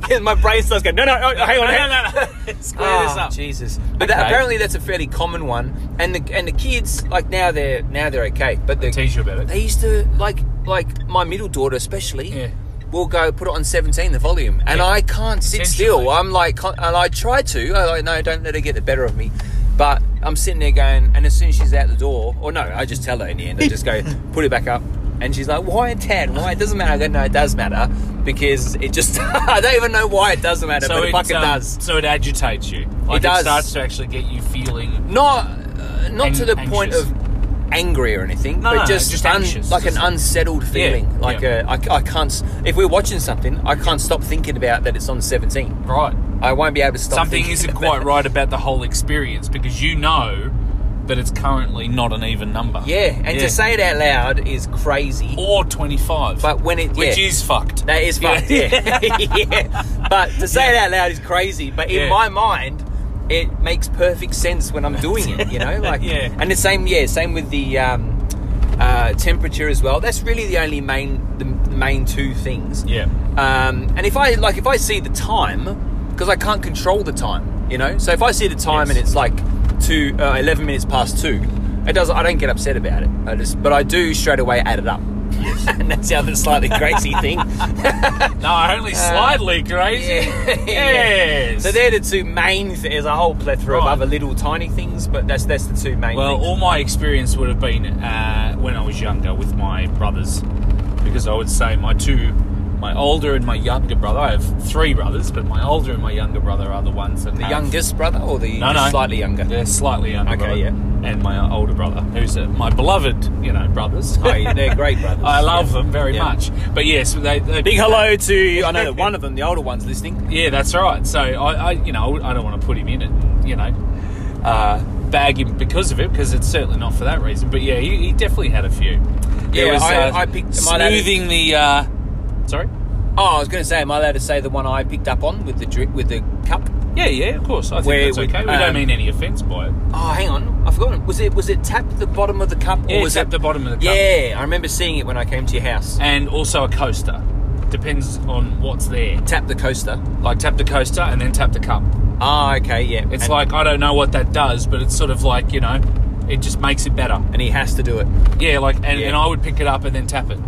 S3: 'Cause my brain starts going, no, no, no hang on, hang on.
S2: no, no. Square
S3: Oh,
S2: this up.
S3: Jesus. But that,
S2: Okay.
S3: apparently that's a fairly common one. And the and the kids, like, now they're now they're okay. But the,
S2: Teach you about it.
S3: they used to, like, like my middle daughter especially.
S2: Yeah.
S3: Will go put it on 17, the volume, and
S2: Yeah.
S3: I can't sit still.
S2: Essentially.
S3: I'm like, con- and I try to. I like, no, don't let her get the better of me. But I'm sitting there going, and as soon as she's out the door, or no, I just tell her in the end. I just go, put it back up, and she's like, why, Dad? Why? It doesn't matter. I go, no, it does matter because it just. I don't even know why it doesn't matter, but it, fucking
S2: um,
S3: does.
S2: So it agitates you. Like
S3: does.
S2: starts to actually get you feeling.
S3: Not, uh, not
S2: Ang-
S3: to the point
S2: anxious.
S3: of angry or anything,
S2: No,
S3: but
S2: no,
S3: just,
S2: just
S3: un-
S2: anxious.
S3: like an
S2: Just-
S3: unsettled feeling. like
S2: yeah.
S3: a, I, I can't. s- If we're watching something, I can't stop thinking about that it's on 17.
S2: Right.
S3: I won't be able to stop.
S2: Something
S3: thinking
S2: isn't
S3: about
S2: quite
S3: it.
S2: right about the whole experience because you know that it's currently not an even number.
S3: Yeah, and to say it out loud is crazy.
S2: Or 25.
S3: But when it,
S2: which
S3: yeah,
S2: is fucked.
S3: that is fucked. Yeah, yeah. But to say it out loud is crazy. But in
S2: Yeah.
S3: my mind, it makes perfect sense when I'm doing it. You know, like
S2: Yeah.
S3: And the same, yeah, same with the um, uh, temperature as well. That's really the only main, the main two things.
S2: Yeah.
S3: Um, and if I like, if I see the time, because I can't control the time, you know. So if I see the time
S2: Yes.
S3: and it's like two, uh, eleven minutes past two, it does. I don't get upset about it. I just, but I do straight away add it up. and that's the other slightly crazy thing.
S2: No, only slightly crazy. Yes.
S3: Uh, So they're the two main things. There's a whole plethora
S2: Right.
S3: of other little tiny things, but that's that's the two main
S2: Well,
S3: things.
S2: all my experience would have been uh, when I was younger with my brothers, because I would say my two, my older and my younger brother. I have three brothers, but my older and my younger brother are the ones that
S3: the
S2: have-
S3: youngest brother or the
S2: No, no.
S3: slightly younger?
S2: They're slightly younger.
S3: Okay,
S2: brother,
S3: yeah.
S2: And my older brother, who's uh, my beloved, you know, brothers.
S3: Oh, yeah, they're great brothers.
S2: I love them very
S3: Yeah.
S2: much. But yes, they, they
S3: Big hello to I know that one of them, the older one's listening.
S2: Yeah, that's right. So I, I you know, I don't want to put him in it, you know, uh, bag him because of it, because it's certainly not for that reason. But yeah, he, he definitely had a few. uh,
S3: Yeah, I- I picked- my dad is-
S2: smoothing the. Uh, sorry.
S3: Oh, I was going to say, am I allowed to say the one I picked up on with the drip, with the cup?
S2: Yeah, yeah, of course. I think
S3: Where
S2: that's
S3: we-
S2: okay. We
S3: um,
S2: don't mean any offence by it.
S3: Oh, hang on, I've forgotten. Was it was it tap the bottom of the cup? Or
S2: Yeah,
S3: was
S2: tap
S3: it
S2: the bottom of the cup.
S3: Yeah, I remember seeing it when I came to your house.
S2: And also a coaster. Depends on what's there.
S3: Tap the coaster.
S2: Like tap the coaster and then tap the cup.
S3: Ah, okay, yeah.
S2: It's
S3: And-
S2: like I don't know what that does, but it's sort of like you know, it just makes it better.
S3: and he has to do it.
S2: Yeah, like and,
S3: Yeah.
S2: and I would pick it up and then tap it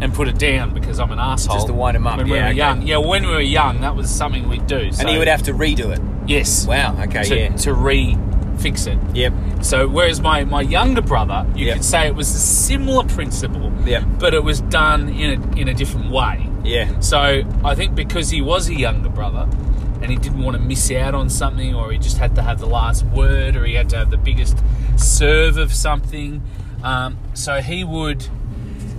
S2: and put it down because I'm an asshole.
S3: Just to wind 'em up,
S2: When we
S3: yeah,
S2: were
S3: okay.
S2: young, yeah, when we were young, that was something we'd do. So,
S3: And he would have to redo it.
S2: yes,
S3: Wow, okay,
S2: to,
S3: yeah.
S2: to re fix it.
S3: Yep.
S2: So whereas my, my younger brother, you
S3: Yeah.
S2: could say it was a similar principle,
S3: Yeah.
S2: but it was done in a, in a different way.
S3: Yeah.
S2: So I think because he was a younger brother and he didn't want to miss out on something or he just had to have the last word or he had to have the biggest serve of something, um, so he would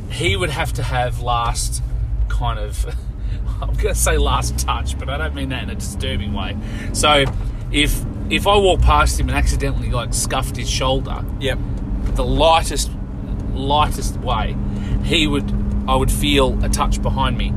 S2: he would have to have last kind of I'm gonna say last touch, but I don't mean that in a disturbing way. So if if I walked past him and accidentally like scuffed his shoulder,
S3: Yep.
S2: the lightest lightest way, he would I would feel a touch behind me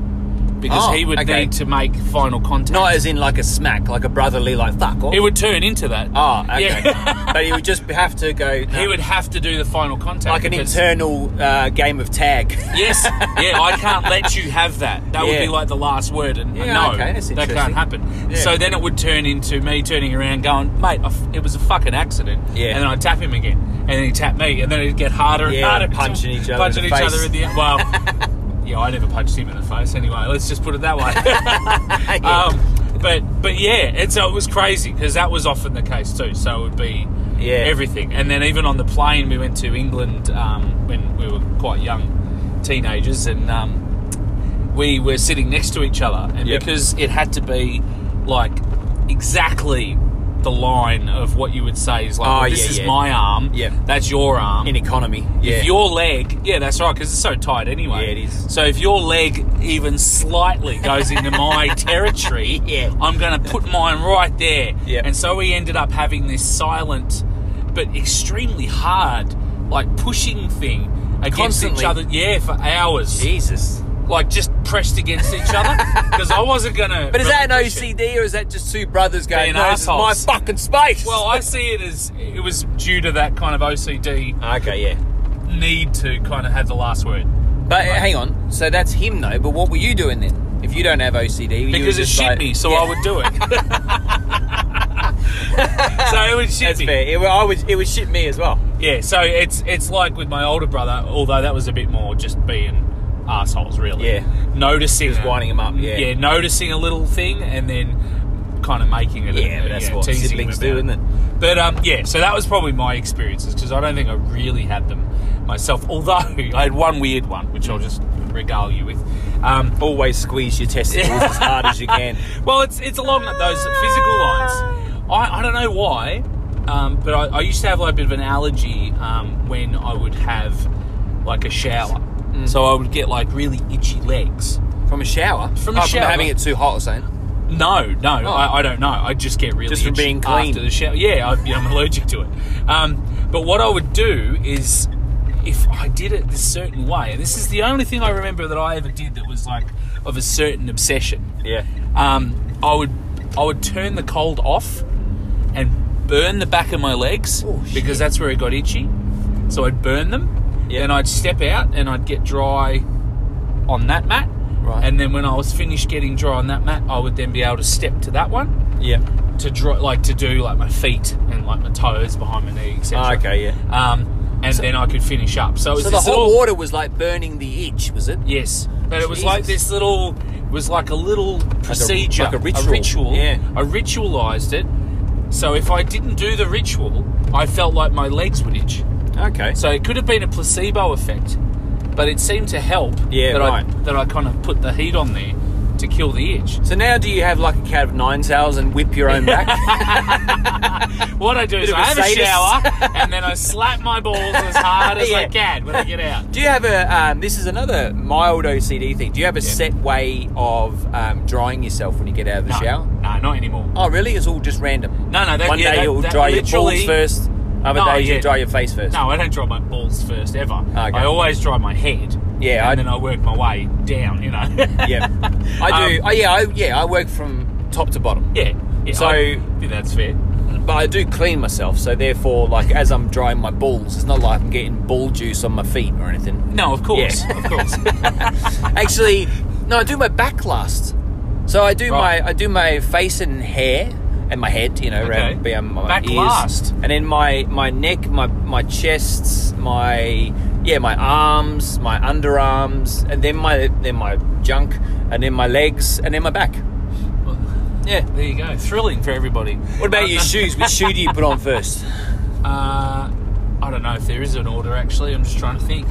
S2: because
S3: Oh,
S2: he would
S3: okay.
S2: need to make final contact.
S3: Not as in like a smack, like a brotherly, like fuck off.
S2: it would turn into that.
S3: Ah, okay.
S2: Yeah.
S3: but he would just have to go. um,
S2: he would have to do the final contact
S3: like an
S2: because-
S3: internal uh, game of tag.
S2: Yes, yeah, I can't let you have that. That would be
S3: Yeah.
S2: like the last word, and
S3: Yeah,
S2: no,
S3: okay, that's
S2: that
S3: interesting.
S2: can't happen.
S3: Yeah.
S2: So then it would turn into me turning around, going, "Mate, I f- it was a fucking accident."
S3: Yeah.
S2: and then I would tap him again, and then he tap me, and then it'd get harder and
S3: Yeah,
S2: harder,
S3: punching each other in
S2: punching
S3: the
S2: each
S3: face.
S2: other in the well. yeah, I never punched him in the face anyway. Let's just put it that way. um, but but yeah, and so it was crazy because that was often the case too. So it would be
S3: Yeah.
S2: everything, and then even on the plane, we went to England um, when we were quite young teenagers, and um, we were sitting next to each other, and
S3: Yep.
S2: because it had to be like exactly the line of what you would say is like
S3: Oh,
S2: well, this
S3: yeah,
S2: is
S3: yeah.
S2: my arm,
S3: Yep.
S2: that's your arm,
S3: in economy. Yeah.
S2: if your leg, yeah, that's right, because it's so tight anyway.
S3: Yeah, it is.
S2: So if your leg even slightly goes into my territory,
S3: Yeah.
S2: I'm going to put mine right there.
S3: Yeah.
S2: And so we ended up having this silent, but extremely hard, like pushing thing against
S3: Constantly.
S2: each other. Yeah, for hours.
S3: Jesus.
S2: Like just pressed against each other because I wasn't going to.
S3: But is that an OCD or is that just two brothers
S2: Being
S3: going? No, this is my
S2: assholes."
S3: fucking space.
S2: Well, I see it as it was due to that kind of OCD
S3: okay, yeah.
S2: need to kind of have the last word.
S3: But uh, hang on. So that's him though. But what were you doing then? If you don't have OCD, you were
S2: because it
S3: just
S2: shit
S3: like-
S2: me, so I would do it. so it would shit
S3: That's
S2: me.
S3: fair. It, wa- I was. It was shit me as well.
S2: Yeah, so it's it's like with my older brother, although that was a bit more just being assholes, really.
S3: Yeah.
S2: noticing,
S3: Just winding 'em up, yeah.
S2: yeah, noticing a little thing and then kind of making it. a-
S3: Yeah, but that's what
S2: teasing
S3: siblings
S2: them
S3: do,
S2: about
S3: isn't it?
S2: But um, yeah, so that was probably my experiences because I don't think I really had them myself. Although I had one weird one, which I'll just regale you with. Um,
S3: Mm. Always squeeze your testicles as hard as you can.
S2: well, it's it's along those physical lines. I, I don't know why, um, but I, I used to have like a bit of an allergy um, when I would have like a shower.
S3: Mm.
S2: So I would get like really itchy legs.
S3: From a shower.
S2: From a
S3: Oh,
S2: shower.
S3: From having it too hot or something.
S2: No, no, I, I don't know. I just get really
S3: Oh. Just from
S2: itchy
S3: being clean.
S2: after the shower. Yeah, I, yeah, I'm allergic to it. Um, but what I would do is, if I did it this certain way, and this is the only thing I remember that I ever did that was like of a certain obsession.
S3: Yeah.
S2: um, I would I would turn the cold off and burn the back of my legs
S3: Oh, shit.
S2: because that's where it got itchy. So I'd burn them,
S3: Yeah.
S2: then I'd step out and I'd get dry on that mat.
S3: Right.
S2: And then when I was finished getting dry on that mat, I would then be able to step to that one
S3: Yeah.
S2: to dry, like to do like my feet and like my toes behind my knee, etc.
S3: Ah, okay, yeah.
S2: Um, and then I could finish up. So, it was
S3: So the
S2: this
S3: hot
S2: little-
S3: water was like burning the itch, was it?
S2: Yes, but it was like
S3: Jesus.
S2: this little it was like a little procedure,
S3: like a ritual. Yeah.
S2: Yeah, I ritualized it. So if I didn't do the ritual, I felt like my legs would itch.
S3: Okay.
S2: So it could have been a placebo effect, but it seemed to help.
S3: Yeah,
S2: that I
S3: right.
S2: that I kind of put the heat on there to kill the itch.
S3: So now do you have like a cat of nine tails and whip your own back?
S2: What I do is
S3: of
S2: I
S3: a
S2: have a
S3: sadist.
S2: shower and then I slap my balls as hard as
S3: Yeah.
S2: I can when I get out.
S3: do you have a, um, this is another mild OCD thing. Do you have a set way of um, drying yourself when you get out of the
S2: No,
S3: shower?
S2: no, not anymore.
S3: Oh, really? It's all just random.
S2: No, no, that,
S3: One
S2: yeah,
S3: day
S2: that-
S3: you'll
S2: that
S3: dry your balls
S2: literally-
S3: first, other
S2: No,
S3: days you
S2: yeah.
S3: dry your face first.
S2: No, I don't dry my balls first ever. I always dry my head.
S3: Yeah,
S2: and
S3: I-
S2: then I work my way down. You know.
S3: Yeah. I do.
S2: Um,
S3: oh, yeah, I, yeah, I work from top to bottom.
S2: yeah. Yeah,
S3: So-
S2: I think that's fair.
S3: But I do clean myself, so therefore, like as I'm drying my balls, it's not like I'm getting ball juice on my feet or anything.
S2: No, of course,
S3: Yeah.
S2: of course.
S3: Actually, no, I do my back last. So I do
S2: Right.
S3: my I do my face and hair and my head, you know,
S2: Okay.
S3: around around my
S2: Back
S3: ears.
S2: last.
S3: And then my my neck, my my chests, my yeah, my arms, my underarms, and then my then my junk, and then my legs, and then my back. Yeah.
S2: There you go. Thrilling for everybody.
S3: What about your shoes? Which shoe do you put on first?
S2: Uh, I don't know if there is an order. Actually, I'm just trying to think.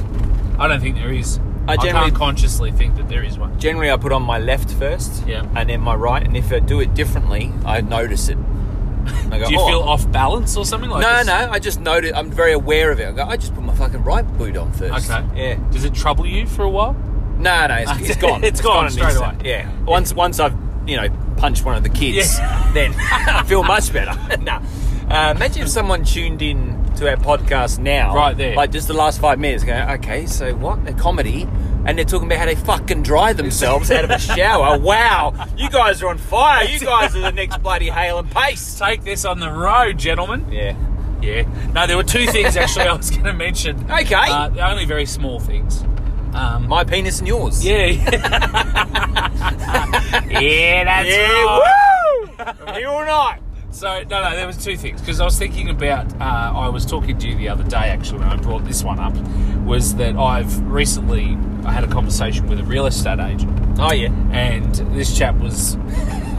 S2: I don't think there is.
S3: I
S2: I,
S3: generally-
S2: can't consciously think that there is one.
S3: Generally, I put on my left first,
S2: Yeah.
S3: and then my right. And if I do it differently, I notice it. And I go,
S2: Do you
S3: "Oh,
S2: feel off balance or something like?
S3: No,
S2: this?
S3: no. I just noted. I'm very aware of it. I go. I just put my fucking right boot on first.
S2: Okay.
S3: Yeah.
S2: Does it trouble you for a while?
S3: No, no. It's, it's gone.
S2: It's gone
S3: in an
S2: straight
S3: instant.
S2: away.
S3: Yeah. Once, once I've you know punched one of the kids, then I feel much better. nah. Uh, imagine if someone tuned in to our podcast now,
S2: Right there.
S3: like just the last five minutes, going, okay, so what? A comedy. And they're talking about how they fucking dry themselves out of a shower. Wow, you guys are on fire. You guys are the next bloody Hale and Pace.
S2: Take this on the road, gentlemen.
S3: Yeah.
S2: Yeah. No, there were two things actually I was going to mention.
S3: Okay.
S2: Uh, they're only very small things. Um,
S3: My penis and yours.
S2: yeah. yeah, that's right.
S3: woo! Here all night.
S2: So no, no, there was two things because I was thinking about. Uh, I was talking to you the other day actually, and I brought this one up. Was that I've recently I had a conversation with a real estate agent,
S3: Oh yeah.
S2: and this chap was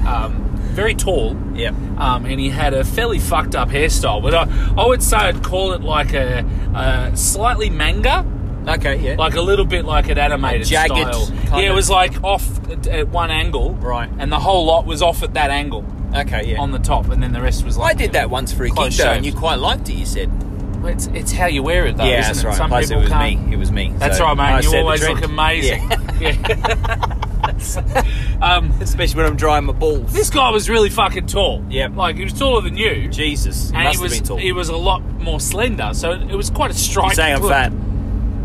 S2: um, very tall,
S3: Yep.
S2: um, and he had a fairly fucked up hairstyle. But I, I would say I'd call it like a, a slightly manga,
S3: Okay, yeah.
S2: like a little bit like an animated
S3: jagged
S2: style.
S3: kind
S2: Yeah, it
S3: of-
S2: was like off at, at one angle,
S3: Right.
S2: and the whole lot was off at that angle
S3: okay, yeah.
S2: on the top, and then the rest was
S3: I
S2: like
S3: did that once for a gig
S2: Close
S3: though, and
S2: shaved.
S3: you quite liked it, you said.
S2: Well, It's, it's how you wear it, though. isn't it? Some
S3: Plus it
S2: people
S3: was
S2: can't.
S3: me. It was me.
S2: That's
S3: so
S2: right, mate.
S3: I set
S2: you
S3: the
S2: always
S3: trend.
S2: look amazing.
S3: Yeah.
S2: Yeah. um,
S3: Especially when I'm drying my balls.
S2: this guy was really fucking tall.
S3: Yep.
S2: Like he was taller than you,
S3: Jesus.
S2: and
S3: must
S2: he was
S3: have been tall.
S2: he was a lot more slender. So it was quite a strike.
S3: You're saying I'm fat.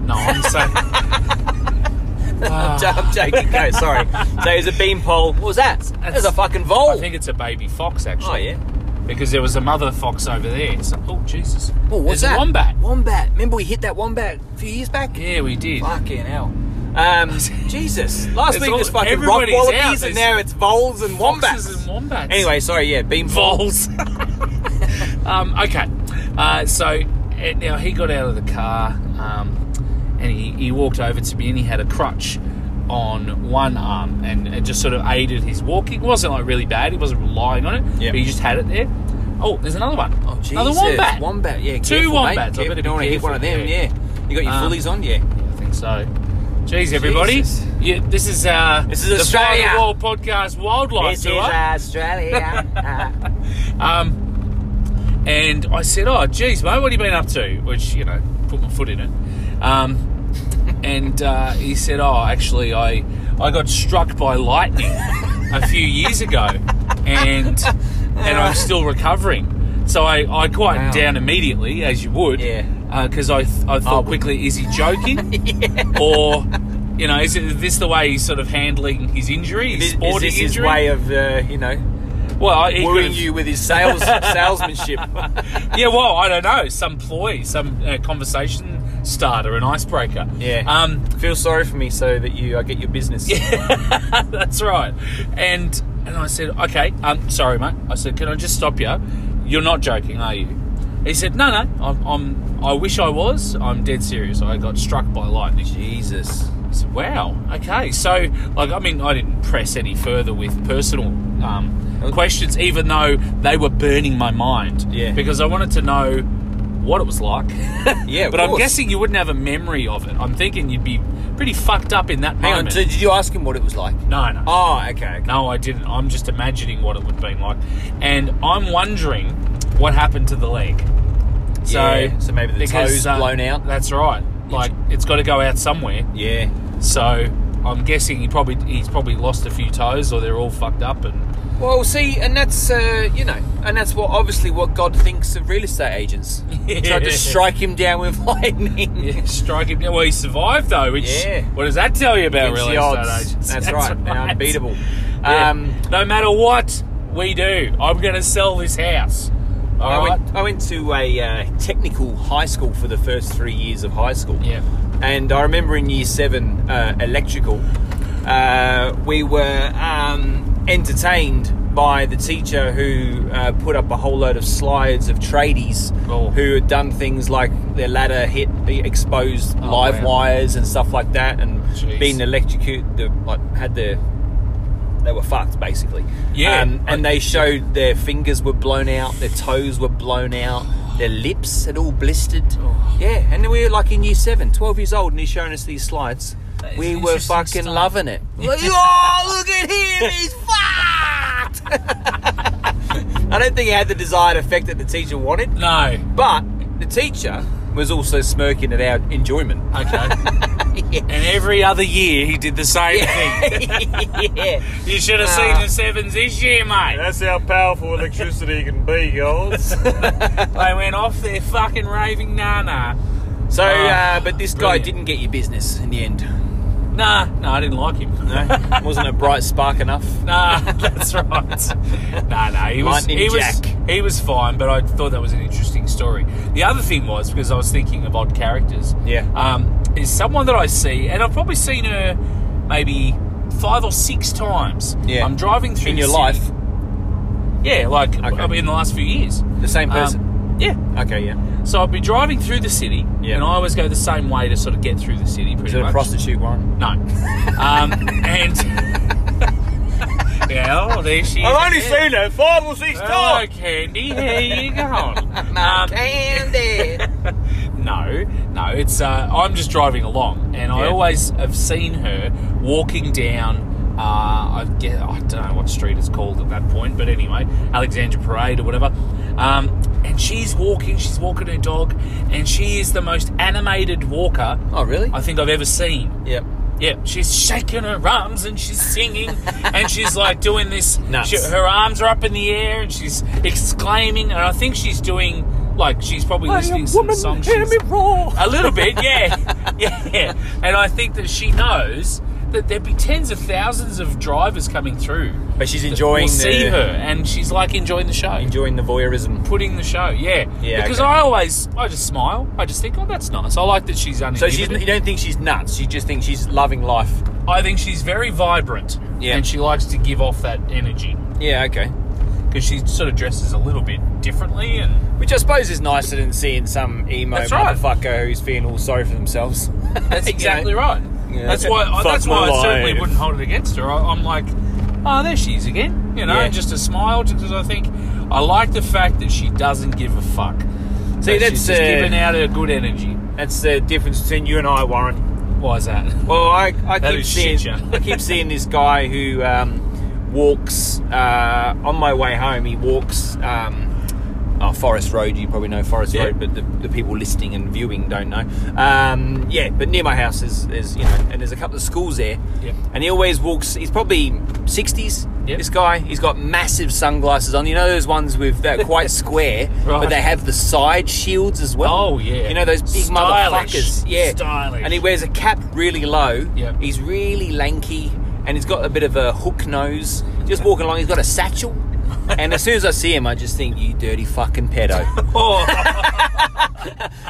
S2: No, I'm saying
S3: I'm, j- I'm joking. Go, sorry. So it was a bean pole. What was that? That was a fucking
S2: I
S3: vole.
S2: think it's a baby fox
S3: oh
S2: actually.
S3: yeah.
S2: Because there was a mother fox over there. So, oh Jesus!
S3: Oh, what's
S2: There's
S3: that?
S2: A wombat.
S3: Wombat. Remember we hit that wombat a few years back?
S2: Yeah, we did.
S3: Fucking hell. Um, Jesus. Last
S2: It's
S3: week
S2: all-
S3: was fucking rock
S2: everybody's out.
S3: wallabies,
S2: There's
S3: and now it's voles and wombats.
S2: Foxes and wombats.
S3: Anyway, sorry, yeah, bean pole.
S2: balls. um, okay, uh, so eh, now he got out of the car um, and he, he walked over to me and he had a crutch on one arm and it just sort of aided his walking. It wasn't like really bad. He wasn't relying on it.
S3: Yep.
S2: But he just had it there. Oh, there's another one. Oh,
S3: Jesus.
S2: another wombat.
S3: Wombat, yeah.
S2: Two
S3: careful, mate.
S2: wombats. I
S3: Careful,
S2: better be
S3: don't want to hit
S2: careful,
S3: one of them,
S2: yeah.
S3: yeah. You got your
S2: Um,
S3: fullies on, yeah.
S2: I think so. Jeez, everybody.
S3: Jesus.
S2: Yeah, this is uh,
S3: This is
S2: the
S3: Australia.
S2: Fly the Wall podcast wildlife tour.
S3: Australia.
S2: Um, and I said, "Oh, geez, mate, what have you been up to?" Which you know, put my foot in it. Um, and uh, he said, "Oh, actually, I I got struck by lightning a few years ago, and and I'm still recovering." So I, I quieted
S3: Wow.
S2: down immediately, as you would,
S3: Yeah. Oh.
S2: Because I th- I thought quickly, is he joking, or you know, is, it, is this the way he's sort of handling his injury, his
S3: is,
S2: sporting
S3: is this his
S2: injury?
S3: way of, uh, you know,
S2: well, I- he
S3: wooing
S2: could've-
S3: you with his sales salesmanship?
S2: yeah, well, I don't know. Some ploy, some uh, conversation starter, an icebreaker.
S3: Yeah.
S2: Um,
S3: Feel sorry for me so that you I get your business.
S2: that's right. And and I said, okay, um, sorry, mate. I said, can I just stop you? You're not joking, are you? He said, no, no. I'm, I'm I wish I was. I'm dead serious. I got struck by lightning.
S3: Jesus.
S2: I said, wow. Okay. So, like, I mean, I didn't press any further with personal um, questions, even though they were burning my mind.
S3: Yeah.
S2: Because I wanted to know what it was like.
S3: Yeah, of
S2: but I'm
S3: course.
S2: guessing you wouldn't have a memory of it. I'm thinking you'd be pretty fucked up in that
S3: Hang on,
S2: moment.
S3: so did you ask him what it was like?
S2: no, no.
S3: Oh, okay. okay.
S2: No, I didn't. I'm just imagining what it would be like. And I'm wondering what happened to the leg. So,
S3: Yeah, so maybe the toe's
S2: uh,
S3: blown out.
S2: That's right. Like, it's got to go out somewhere.
S3: Yeah.
S2: So I'm guessing he probably he's probably lost a few toes or they're all fucked up and
S3: Well, see, and that's uh, you know, and that's what obviously what God thinks of real estate agents. He Tried to strike him down with lightning.
S2: yeah, strike him. Well, he survived though. Which
S3: Yeah.
S2: what does that tell you about
S3: Against
S2: real
S3: the
S2: estate
S3: odds.
S2: agents?
S3: That's, right. They're unbeatable.
S2: Yeah.
S3: Um,
S2: no matter what, we do. I'm going to sell this house. All
S3: I
S2: right.
S3: went, I went to a uh, technical high school for the first three years of high school.
S2: Yeah.
S3: And I remember in year seven, uh, electrical, uh, we were um, entertained by the teacher who uh, put up a whole load of slides of tradies
S2: Oh.
S3: who had done things like their ladder hit exposed live
S2: wow.
S3: wires and stuff like that and
S2: Oh, Jeez.
S3: been electrocuted, the, like, had their. They were fucked basically.
S2: Yeah.
S3: Um, and they showed their fingers were blown out, their toes were blown out, their lips had all blistered.
S2: Oh.
S3: Yeah, and we were like in year seven, 12 years old, and he's showing us these slides.
S2: That is
S3: We were
S2: interesting
S3: fucking
S2: stuff.
S3: loving it. Like, oh, look at him, he's fucked! I don't think it had the desired effect that the teacher wanted,
S2: No.
S3: but the teacher was also smirking at our enjoyment.
S2: Okay. And every other year he did the same thing.
S3: yeah.
S2: You should have
S3: Nah.
S2: seen the sevens this year, mate.
S4: That's how powerful electricity can be, guys.
S2: They went off their fucking raving nana.
S3: So,
S2: Ah,
S3: uh, but this guy
S2: brilliant.
S3: didn't get your business in the end.
S2: Nah, nah, I didn't like him.
S3: No, wasn't a bright spark enough.
S2: Nah, that's right. Nah, nah, he was
S3: Lightning
S2: he
S3: Jack.
S2: was he was fine, but I thought that was an interesting story. The other thing was because I was thinking of odd characters.
S3: Yeah.
S2: um, is someone that I see, and I've probably seen her maybe five or six times.
S3: Yeah.
S2: I'm driving through
S3: in
S2: the
S3: your
S2: city.
S3: life,
S2: Yeah, like
S3: Okay.
S2: I mean, in the last few years.
S3: the same
S2: Um,
S3: person.
S2: yeah.
S3: okay, yeah.
S2: So I'd be driving through the city,
S3: Yeah.
S2: and I always go the same way to sort of get through the city. Pretty
S3: Is it a
S2: much.
S3: prostitute one?
S2: No. Um, and yeah, well, there she is.
S4: I've only seen that five or six
S2: Hello,
S4: times.
S2: Candy. How you going?
S3: No,
S2: Um,
S3: candy.
S2: no, no. It's uh, I'm just driving along, and I
S3: Yeah.
S2: always have seen her walking down. Uh, I get, I don't know what street it's called at that point, but anyway, Alexandra Parade or whatever. Um, and she's walking. She's walking her dog, and she is the most animated walker
S3: oh, really?
S2: I think I've ever seen.
S3: yep.
S2: Yeah, she's shaking her arms and she's singing and she's like doing this.
S3: Nuts.
S2: she- her arms are up in the air and she's exclaiming, and I think she's doing like she's probably listening to some songs. she's- a little bit, yeah, yeah. And I think that she knows that there'd be tens of thousands of drivers coming through.
S3: But she's
S2: that
S3: enjoying
S2: will
S3: the
S2: see her, and she's like enjoying the show,
S3: enjoying the voyeurism.
S2: putting the show. Yeah,
S3: Yeah,
S2: Because
S3: okay.
S2: I always, I just smile. I just think, oh, that's nice. I like that she's
S3: So
S2: uninhibited.
S3: she's, you don't think she's nuts? You just think she's loving life.
S2: I think she's very vibrant,
S3: Yeah.
S2: and she likes to give off that energy
S3: Yeah. Okay.
S2: because she sort of dresses a little bit differently. And
S3: Which I suppose is nicer than seeing some emo
S2: That's right.
S3: motherfucker who's feeling all sorry for themselves.
S2: that's exactly right.
S3: Yeah.
S2: That's why. I
S8: Fuck
S2: that's why
S8: my
S2: I certainly
S8: life.
S2: wouldn't hold it against her. I, I'm like, oh, there she is again. You know,
S3: Yeah.
S2: just a smile, just because I think I like the fact that she doesn't give a fuck. That
S3: See, that's,
S2: she's just
S3: uh,
S2: giving out her good energy.
S3: That's the difference between you and I, Warren.
S2: Why is that?
S3: Well, I, I
S2: That
S3: keep
S2: is shit,
S3: seeing
S2: yeah.
S3: I keep seeing this guy who um, walks uh, on my way home. He walks um, oh, Forest Road. You probably know Forest
S2: Yeah.
S3: Road, but the, the people listening and viewing don't know. Um, yeah, but near my house is, is you know, and there's a couple of schools there.
S2: Yeah.
S3: And he always walks. He's probably sixties.
S2: Yeah.
S3: This guy, he's got massive sunglasses on. You know those ones with that are quite square, but
S2: Right.
S3: they have the side shields as well.
S2: Oh, yeah.
S3: You know those big
S2: Stylish.
S3: motherfuckers. Yeah.
S2: Stylish.
S3: And he wears a cap really low.
S2: Yep.
S3: He's really lanky and he's got a bit of a hook nose. Just walking along, he's got a satchel. And as soon as I see him, I just think, you dirty fucking pedo.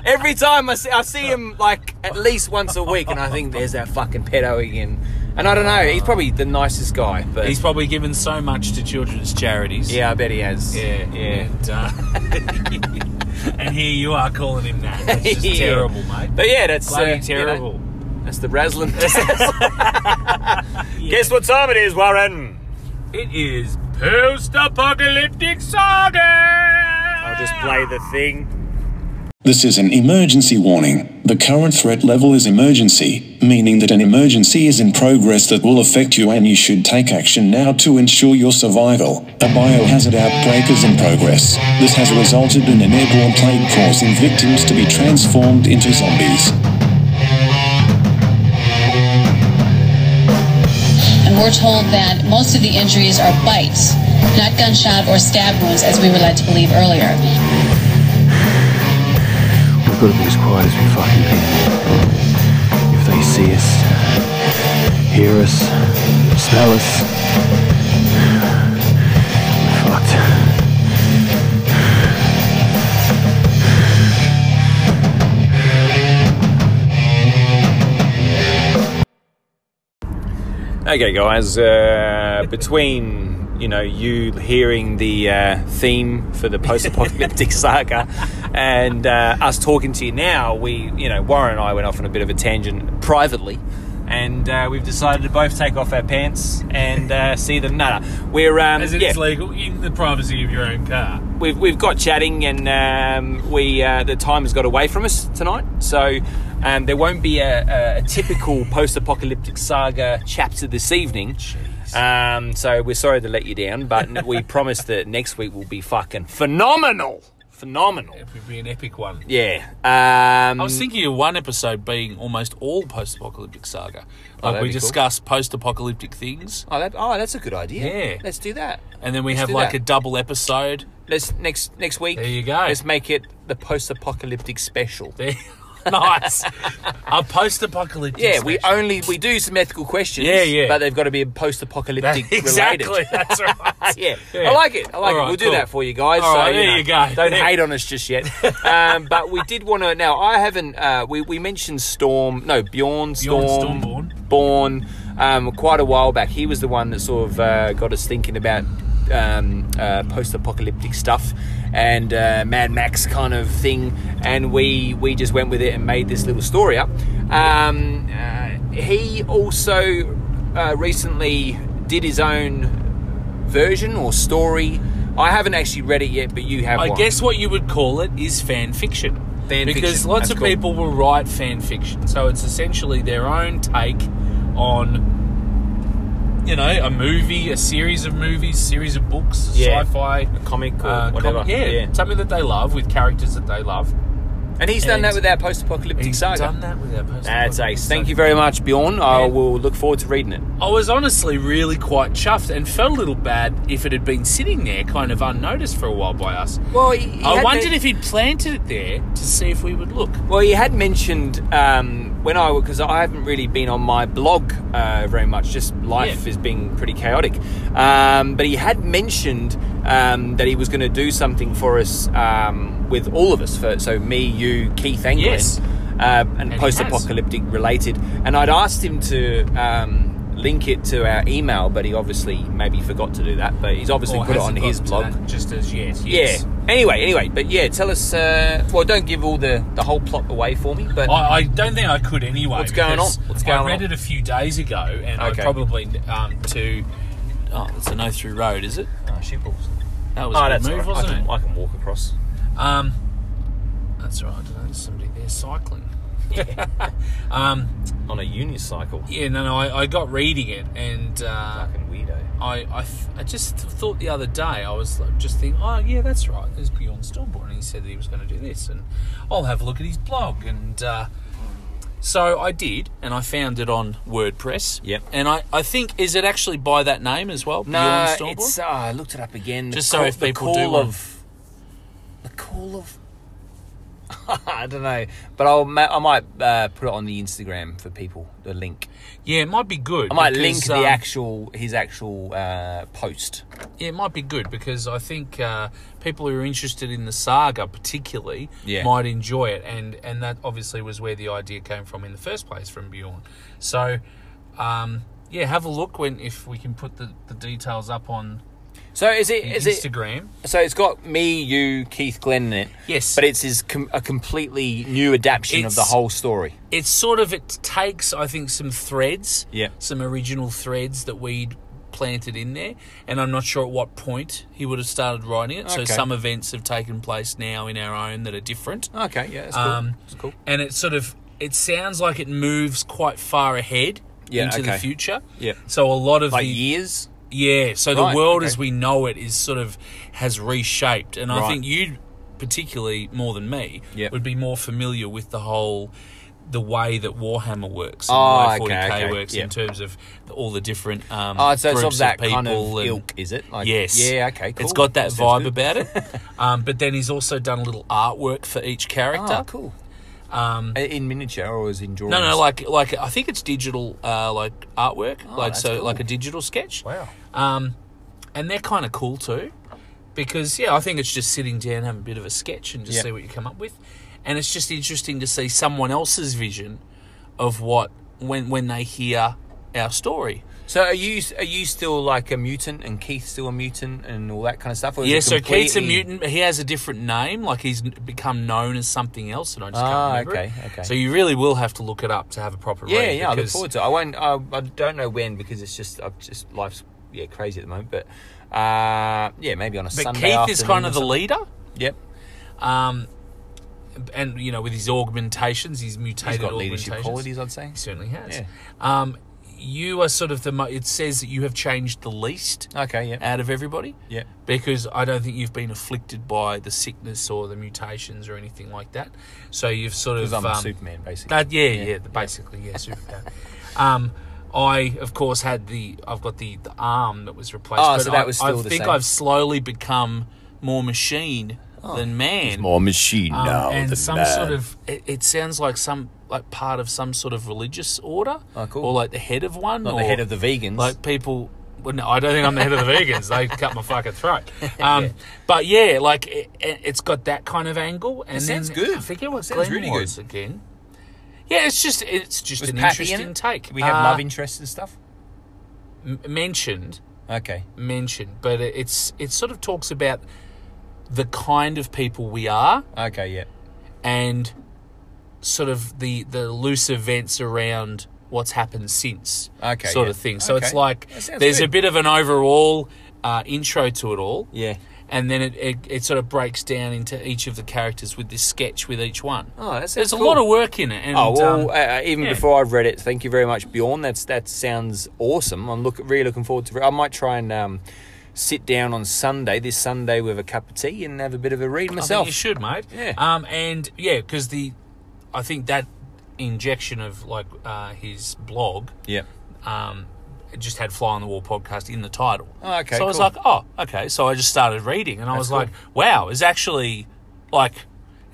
S3: Every time I see, I see him, like, at least once a week, and I think, there's that fucking pedo again. And I don't know, he's probably the nicest guy, but.
S2: He's probably given so much to children's charities.
S3: yeah, I bet he has.
S2: Yeah,
S3: Yeah.
S2: And, uh, and here you are calling him that. That's just
S3: Yeah.
S2: terrible, mate.
S3: But yeah, that's. uh,
S2: Bloody
S3: you know,
S2: terrible.
S3: that's the Raslin.
S4: Guess what time it is, Warren?
S2: It is post-apocalyptic saga.
S4: I'll just play the thing.
S10: This is an emergency warning. The current threat level is emergency, meaning that an emergency is in progress that will affect you and you should take action now to ensure your survival. A biohazard outbreak is in progress. This has resulted in an airborne plague causing victims to be transformed into zombies.
S11: and we're told that most of the injuries are bites, not gunshot or stab wounds, as we were led to believe earlier.
S12: We've got to be as quiet as we fucking can. If they see us, hear us, smell us,
S3: Okay, guys. Uh, between you know you hearing the uh, theme for the post-apocalyptic saga and uh, us talking to you now, we you know Warren and I went off on a bit of a tangent privately, and uh, we've decided to both take off our pants and uh, see them. No, no, we're um,
S2: As it is
S3: yeah,
S2: legal in the privacy of your own car.
S3: we've we've got chatting, and um, we uh, the time has got away from us tonight, so. Um, there won't be a, a, a typical post-apocalyptic saga chapter this evening. Um, so we're sorry to let you down, but we promise that next week will be fucking phenomenal, phenomenal.
S2: It would be an epic one.
S3: Yeah. Um,
S2: I was thinking of one episode being almost all post-apocalyptic saga.
S3: Oh,
S2: Like
S3: that'd
S2: we
S3: be cool.
S2: discuss post-apocalyptic things.
S3: Oh, that, oh, that's a good idea.
S2: Yeah.
S3: Let's do that.
S2: And then we
S3: Let's
S2: have
S3: do
S2: like
S3: that.
S2: a double episode.
S3: Let's next next week.
S2: There you go. Let's
S3: make it the post-apocalyptic special.
S2: nice. a post-apocalyptic.
S3: Yeah, we
S2: special.
S3: only we do some ethical questions.
S2: Yeah, yeah.
S3: But they've got to be post-apocalyptic
S2: exactly.
S3: related.
S2: That's right.
S3: yeah. I like it. I like it. We'll do that for you guys.
S2: All
S3: so,
S2: right, there
S3: know,
S2: you go.
S3: Don't
S2: There-
S3: hate on us just yet. Um, but we did want to. Now I haven't. Uh, we we mentioned Storm. No, Bjorn Storm. Born. Um, quite a while back, he was the one that sort of uh, got us thinking about um, uh, post-apocalyptic stuff and uh, Mad Max kind of thing, and we we just went with it and made this little story up. Um, uh, he also uh, recently did his own version or story. I haven't actually read it yet, but you have.
S2: I
S3: one.
S2: guess what you would call it is fan fiction.
S3: Fan
S2: because
S3: fiction,
S2: lots
S3: that's
S2: of
S3: cool.
S2: people will write fan fiction. So it's essentially their own take on you know, a movie, a series of movies, series of books,
S3: Yeah.
S2: sci-fi, a
S3: comic or
S2: comic-
S3: whatever.
S2: Uh, yeah,
S3: Yeah.
S2: something that they love with characters that they love.
S3: And he's done that with our post-apocalyptic
S2: he's
S3: saga.
S2: Done that with our post-apocalyptic
S3: That's ace. Thank you very much, Bjorn. I will look forward to reading it.
S2: I was honestly really quite chuffed and felt a little bad if it had been sitting there kind of unnoticed for a while by us.
S3: Well,
S2: I wondered if he'd planted it there to see if we would look.
S3: Well, he had mentioned um, when I because I haven't really been on my blog uh, very much. Just life
S2: Yeah.
S3: has been pretty chaotic. Um, but he had mentioned um, that he was going to do something for us um, with all of us. For, so me, you, Keith, and Glenn,
S2: Yes.
S3: uh, and
S2: has.
S3: post-apocalyptic related. And I'd asked him to. Um, link it to our email but he obviously maybe forgot to do that but he's obviously
S2: Or
S3: put it on
S2: hasn't
S3: his
S2: gotten
S3: blog
S2: to that just as yet. Yes.
S3: yeah. Anyway, anyway, but yeah, tell us. Uh, well, don't give all the, the whole plot away for me, but
S2: I, I don't think I could anyway.
S3: What's going on?
S2: because
S3: What's going
S2: I read
S3: on?
S2: it a few days ago, and
S3: Okay.
S2: I probably um, to. Oh, it's a no through road, is it?
S3: Oh, shitballs.
S2: That was a
S3: Oh,
S2: good
S3: that's
S2: move,
S3: all right.
S2: wasn't
S3: I can,
S2: it?
S3: I can walk across.
S2: Um, that's all right. I don't know. There's somebody there cycling. um,
S3: on a unicycle.
S2: Yeah, no, no. I, I got reading it, and uh,
S3: fucking weirdo.
S2: I, I, th- I just thought the other day. I was like, just thinking, oh yeah, that's right. There's Bjorn Stormborn, and he said that he was going to do this, and I'll have a look at his blog, and uh, so I did, and I found it on WordPress. Yep. And I, I think is it actually by that name as well? Bjorn
S3: No,
S2: Stormborn?
S3: it's. Uh, I looked it up again. The
S2: Just so
S3: call-
S2: if
S3: the
S2: people do
S3: call
S2: want-
S3: of the call of. I don't know, but I'll ma- I might uh, put it on the Instagram for people. The link.
S2: Yeah, it might be good.
S3: uh, I might link
S2: because,
S3: the
S2: um,
S3: actual his actual uh, post.
S2: Yeah, it might be good because I think uh, people who are interested in the saga, particularly,
S3: Yeah.
S2: might enjoy it, and and that obviously was where the idea came from in the first place from Bjorn. So, um, yeah, have a look when if we can put the, the details up on
S3: So is it
S2: the
S3: is it
S2: Instagram.
S3: So it's got me, you, Keith Glenn in it.
S2: Yes.
S3: But it's his com- a completely new adaptation of the
S2: It's-
S3: whole story.
S2: It's sort of it takes I think some threads,
S3: Yeah.
S2: some original threads that we'd planted in there, and I'm not sure at what point he would have started writing it. So
S3: Okay.
S2: some events have taken place now in our own that are different.
S3: Okay, yeah, that's cool.
S2: Um,
S3: That's cool.
S2: And it sort of it sounds like it moves quite far ahead
S3: Yeah,
S2: into the
S3: okay.
S2: future.
S3: Yeah.
S2: So a lot of
S3: Like
S2: the
S3: years?
S2: Yeah. So
S3: Right,
S2: the world
S3: okay.
S2: as we know it is sort of has reshaped, and I
S3: Right.
S2: think you, particularly more than me,
S3: Yep.
S2: would be more familiar with the whole the way that Warhammer works, and
S3: Oh,
S2: the way 40k
S3: okay, okay,
S2: works
S3: yep.
S2: in terms of the- all the different um,
S3: Oh, so it's
S2: groups
S3: of that
S2: people
S3: kind of
S2: and-
S3: ilk, is it? Like,
S2: yes.
S3: Yeah, okay, cool.
S2: It's got that
S3: That sounds
S2: vibe about
S3: good.
S2: it. um, but then he's also done a little artwork for each character.
S3: Oh, cool.
S2: Um,
S3: in miniature or is in drawings?
S2: No, no, like like I think it's digital, uh, like artwork,
S3: Oh,
S2: like
S3: that's
S2: so,
S3: cool.
S2: like a digital sketch.
S3: Wow.
S2: Um, and they're kind of cool too, because yeah, I think it's just sitting down, having a bit of a sketch, and just
S3: Yeah.
S2: see what you come up with. And it's just interesting to see someone else's vision of what when when they hear our story.
S3: So are you are you still like a mutant and Keith still a mutant and all that kind of stuff? or is
S2: Yeah,
S3: it
S2: so Keith's a
S3: completely-
S2: mutant. He has a different name. Like he's n- become known as something else, and I just
S3: Ah,
S2: can't remember. it.
S3: okay, okay.
S2: So you really will have to look it up to have a proper
S3: Yeah,
S2: read.
S3: yeah. I look
S2: because-
S3: forward to. It. I won't. I, I don't know when because it's just I've just life's yeah crazy at the moment. But uh, yeah, maybe on a
S2: But
S3: Sunday.
S2: Keith is
S3: afternoon
S2: kind
S3: or
S2: of the
S3: something.
S2: leader.
S3: Yep.
S2: Um, and you know, with his augmentations, his mutated
S3: got leadership
S2: augmentations,
S3: qualities, I'd say.
S2: He certainly has.
S3: Yeah.
S2: Um, you are sort of the. Mo- it says that you have changed the least.
S3: Okay. Yeah.
S2: Out of everybody.
S3: Yep.
S2: Because I don't think you've been afflicted by the sickness or the mutations or anything like that. So you've sort of
S3: 'Cause I'm a
S2: um,
S3: Superman, basically.
S2: That, yeah, yeah, basically, yeah, superpower. um, I of course had the I've got the, the arm that was replaced.
S3: Oh,
S2: but
S3: so that
S2: I,
S3: was
S2: I
S3: still the
S2: think
S3: same.
S2: I've slowly become more machine
S3: Oh.
S2: than man.
S3: He's more machine
S2: Um,
S3: now
S2: and
S3: than
S2: some
S3: man.
S2: sort of it, it sounds like some like part of some sort of religious order,
S3: Oh, cool.
S2: or like the head of one,
S3: Not
S2: or
S3: the head of the vegans.
S2: Like people. Well, no, I don't think I'm the head of the vegans. They cut my fucking throat. Um, But yeah, like it, it- it's got that kind of angle, and
S3: It
S2: then
S3: sounds good.
S2: I think it was
S3: Sounds
S2: Glenn
S3: really good.
S2: was again. Yeah, it's just it's just
S3: Was
S2: an
S3: Patty in
S2: interesting
S3: it?
S2: take. Uh,
S3: Did we have love
S2: interests and stuff? M- mentioned. Okay. Mentioned, but it- it's it sort of talks about the kind of people we are. Okay. Yeah. And sort of the the loose events around what's happened since.
S3: Okay,
S2: Sort
S3: yeah.
S2: of thing. So it's
S3: Okay.
S2: like
S3: That sounds
S2: there's a
S3: good.
S2: bit of an overall uh, intro to it all.
S3: Yeah.
S2: And then it, it, it sort of breaks down into each of the characters with this sketch with each one.
S3: Oh, that sounds
S2: There's
S3: cool.
S2: a lot of work in it. And,
S3: oh
S2: um,
S3: well, uh, even
S2: yeah.
S3: before I've read it, thank you very much, Bjorn. That's that sounds awesome. I'm look really looking forward to. it. I might try and um, sit down on Sunday this Sunday with a cup of tea and have a bit of a read myself.
S2: I think you should, mate.
S3: Yeah.
S2: Um, and yeah, because the, I think that injection of like uh, his blog.
S3: Yeah.
S2: Um, it just had "Fly on the Wall" podcast in the title.
S3: Oh, okay,
S2: So I was
S3: cool.
S2: like, oh, okay. So I just started reading, and I
S3: That's
S2: was
S3: cool.
S2: like, wow, it's actually like.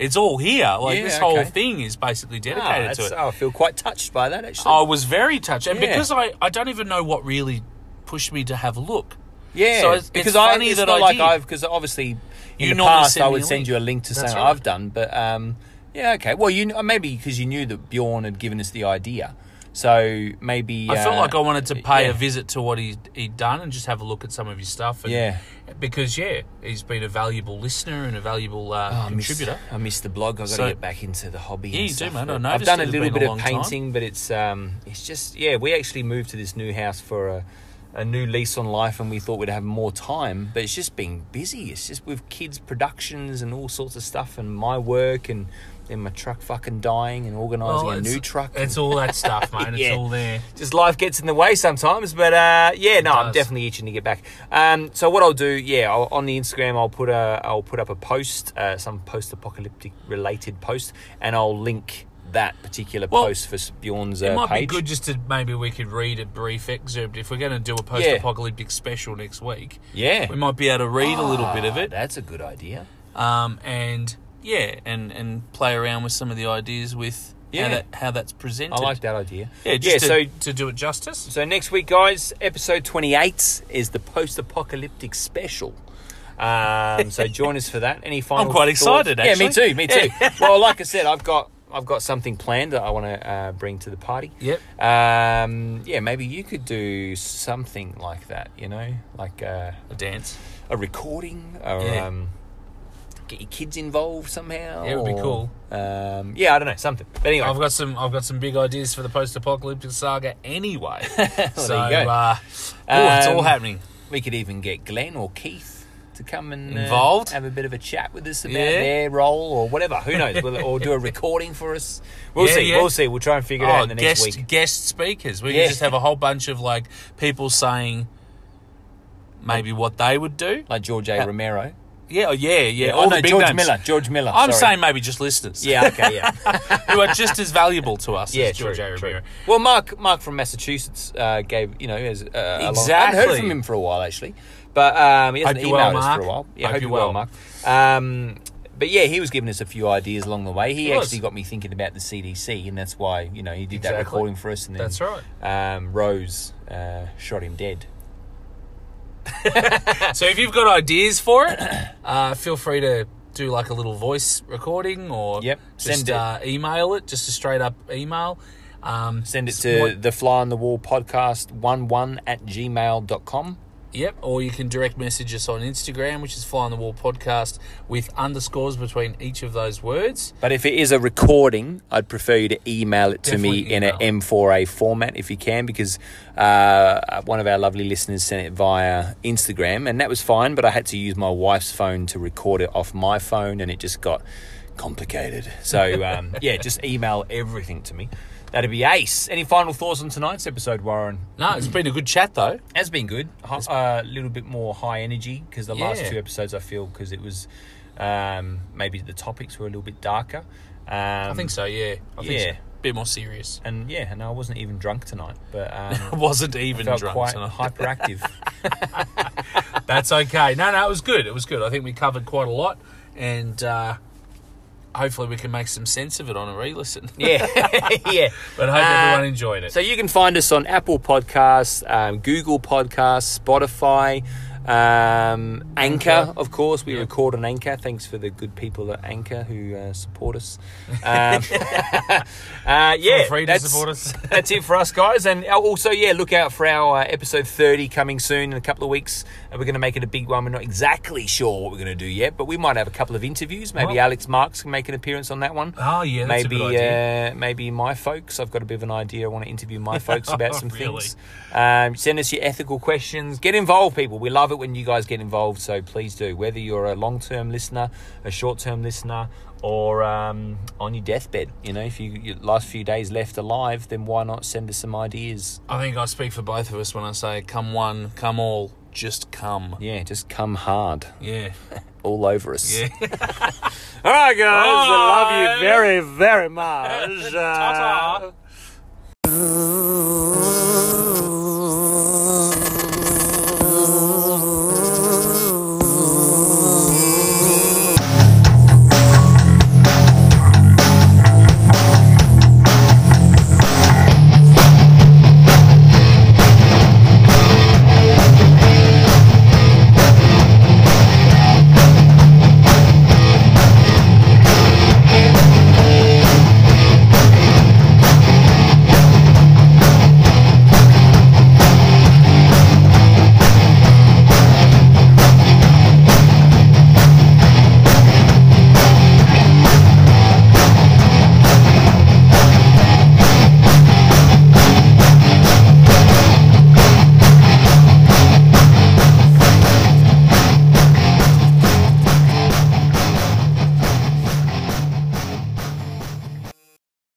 S2: It's all here. Like
S3: Yeah,
S2: this whole
S3: okay.
S2: thing is basically
S3: Ah,
S2: dedicated to
S3: that's-
S2: it.
S3: oh, I feel quite touched by that actually.
S2: I was very touched, and
S3: Yeah.
S2: because I, I don't even know what really pushed me to have a look.
S3: Yeah,
S2: so it's,
S3: because
S2: it's
S3: I,
S2: funny
S3: it's
S2: that
S3: not
S2: I
S3: like
S2: did.
S3: I've because obviously in
S2: You
S3: the
S2: normally
S3: past
S2: send
S3: I
S2: me
S3: would
S2: a
S3: send you a link to
S2: That's
S3: something
S2: right.
S3: I've done, but um, yeah, okay. Well, you kn- maybe because you knew that Bjorn had given us the idea, so maybe
S2: I felt
S3: uh,
S2: like I wanted to pay
S3: yeah.
S2: a visit to what he he'd done and just have a look at some of his stuff. And,
S3: Yeah.
S2: because yeah, he's been a valuable listener and a valuable uh,
S3: Oh, I miss-
S2: contributor.
S3: I missed the blog. I've got
S2: So-
S3: to get back into the hobby.
S2: Yeah,
S3: and
S2: you do,
S3: stuff,
S2: mate. I
S3: but I've
S2: noticed
S3: done a
S2: it had
S3: little
S2: been a
S3: bit of
S2: long time.
S3: painting, but it's um, it's just yeah. We actually moved to this new house for a, a new lease on life, and we thought we'd have more time, but it's just been busy. It's just with kids' productions and all sorts of stuff, and my work, and then my truck fucking dying, and organising
S2: Well,
S3: a
S2: Oh, it's-
S3: new truck.
S2: It's all that stuff, mate. It's
S3: Yeah.
S2: all there.
S3: Just life gets in the way sometimes, but uh, yeah, no, I'm
S2: does.
S3: definitely itching to get back. Um, so what I'll do, yeah, I'll, on the Instagram, I'll put a, I'll put up a post, uh, some post-apocalyptic related post, and I'll link that particular
S2: Well,
S3: post for S- Bjorn's
S2: It
S3: uh,
S2: might
S3: page.
S2: be good just to maybe we could read a brief excerpt if we're going to do a post-apocalyptic special next week.
S3: Yeah.
S2: we might be able to read a little bit of
S3: Ah,
S2: it.
S3: That's a good idea.
S2: Um, and yeah, and and play around with some of the ideas with
S3: Yeah.
S2: how, that, how that's presented.
S3: I like that idea.
S2: Yeah, just to,
S3: yeah. so
S2: to do it justice.
S3: so next week, guys, episode 28 is the post-apocalyptic special. Um, so join us for that. Any final?
S2: I'm quite
S3: thoughts?
S2: excited,
S3: Yeah, me
S2: actually.
S3: too. Me too.
S2: Yeah.
S3: well, like I said, I've got I've got something planned that I want to uh, bring to the party.
S2: Yep.
S3: Um, yeah, maybe you could do something like that. You know, like uh,
S2: a dance,
S3: a recording, or
S2: Yeah.
S3: um, get your kids involved somehow.
S2: Yeah, it would be
S3: or,
S2: cool.
S3: Um, yeah, I don't know something. But anyway,
S2: I've got some I've got some big ideas for the post-apocalyptic saga anyway. so
S3: there you go.
S2: Uh, ooh, it's all
S3: Um,
S2: happening.
S3: We could even get Glenn or Keith to come and uh,
S2: Involved?
S3: have a bit of a chat with us about
S2: Yeah.
S3: their role or whatever. Who knows? We'll, or do a recording for us. We'll
S2: Yeah,
S3: see.
S2: yeah.
S3: We'll see. We'll try and figure it out in the next
S2: Oh, guest,
S3: week.
S2: Guest speakers. We
S3: Yeah.
S2: can just have a whole bunch of like people saying maybe what they would do.
S3: Like George A. Romero.
S2: Yeah, Uh, oh, yeah, yeah.
S3: Yeah,
S2: all
S3: oh,
S2: the
S3: no,
S2: big
S3: George
S2: names.
S3: Miller. George Miller.
S2: I'm
S3: sorry.
S2: saying maybe just listeners.
S3: Yeah, okay, yeah.
S2: who are just as valuable to us
S3: Yeah,
S2: as George
S3: true,
S2: A.
S3: true.
S2: Romero.
S3: Well, Mark, Mark from Massachusetts uh, gave you know as uh, a long- I hadn't heard
S2: Exactly.
S3: from him for a while actually, but um, he hasn't
S2: Hope
S3: emailed
S2: you're well,
S3: us for
S2: Mark.
S3: a while. Yeah,
S2: Hope
S3: hope
S2: you're
S3: you're well,
S2: well.
S3: Mark. Um, but yeah, he was giving us a few ideas along the way. He,
S2: He was.
S3: actually got me thinking about the CDC, and that's why you know he did that
S2: Exactly.
S3: recording for us. And then,
S2: That's right.
S3: Um, Rose uh, shot him dead.
S2: so if you've got ideas for it, uh, feel free to do like a little voice recording or
S3: Yep,
S2: just
S3: send it.
S2: uh, email it, just a straight up email.
S6: Um,
S3: Send it to
S6: what-
S3: the fly on the wall podcast one one at gmail.com.
S2: Yep, or you can direct message us on Instagram, which is Fly on the Wall Podcast, with underscores between each of those words.
S3: But if it is a recording, I'd prefer you to email it to me
S2: Definitely
S3: in an M4A format if you can, because uh, one of our lovely listeners sent it via Instagram, and that was fine. But I had to use my wife's phone to record it off my phone, and it just got complicated. So um, yeah, just email everything to me. That'd be ace. Any final thoughts on tonight's episode, Warren?
S2: No, it's been a good chat though.
S3: Has been good. A uh, little bit more high energy because the last
S2: Yeah.
S3: two episodes I feel because it was um, maybe the topics were a little bit darker. Um,
S2: I think so, yeah. I think
S3: yeah.
S2: so. Bit more serious.
S3: And yeah, and I wasn't even drunk tonight, but
S2: I
S3: um,
S2: wasn't even
S3: I felt
S2: drunk
S3: quite
S2: tonight.
S3: hyperactive.
S2: That's okay. No, no, it was good. It was good. I think we covered quite a lot, and uh, hopefully we can make some sense of it on a re-listen.
S3: Yeah, yeah.
S2: But I hope
S3: Uh,
S2: everyone enjoyed it.
S3: So you can find us on Apple Podcasts, um, Google Podcasts, Spotify, um, Anchor,
S2: Anchor.
S3: of course. We record on Anchor. Thanks for the good people at Anchor who uh, support us. Um, uh, yeah,
S2: free to
S3: that's-
S2: support us.
S3: that's it for us, guys. And uh, also, yeah, look out for our uh, episode 30 coming soon in a couple of weeks. And we're going to make it a big one. We're not exactly sure what we're going to do yet, but we might have a couple of interviews. Maybe
S2: Well-
S3: Alex Marks can make an appearance on that one.
S2: Oh, yeah, that's a
S3: maybe
S2: good idea.
S3: Uh, maybe my folks. I've got a bit of an idea. I want to interview my folks about some
S2: Really?
S3: things. Um, send us your ethical questions. Get involved, people. We love it when you guys get involved. So please do. Whether you're a long-term listener, a short-term listener, or um, on your deathbed, you know, if you your last few days left alive, then why not send us some ideas?
S2: I think I speak for both of us when I say, "Come one, come all, just come."
S3: Yeah, just come hard.
S2: Yeah.
S3: All over us.
S2: Yeah.
S3: All right, guys. I love you
S4: Bye.
S3: very, very much. Uh,
S4: Ta-ta.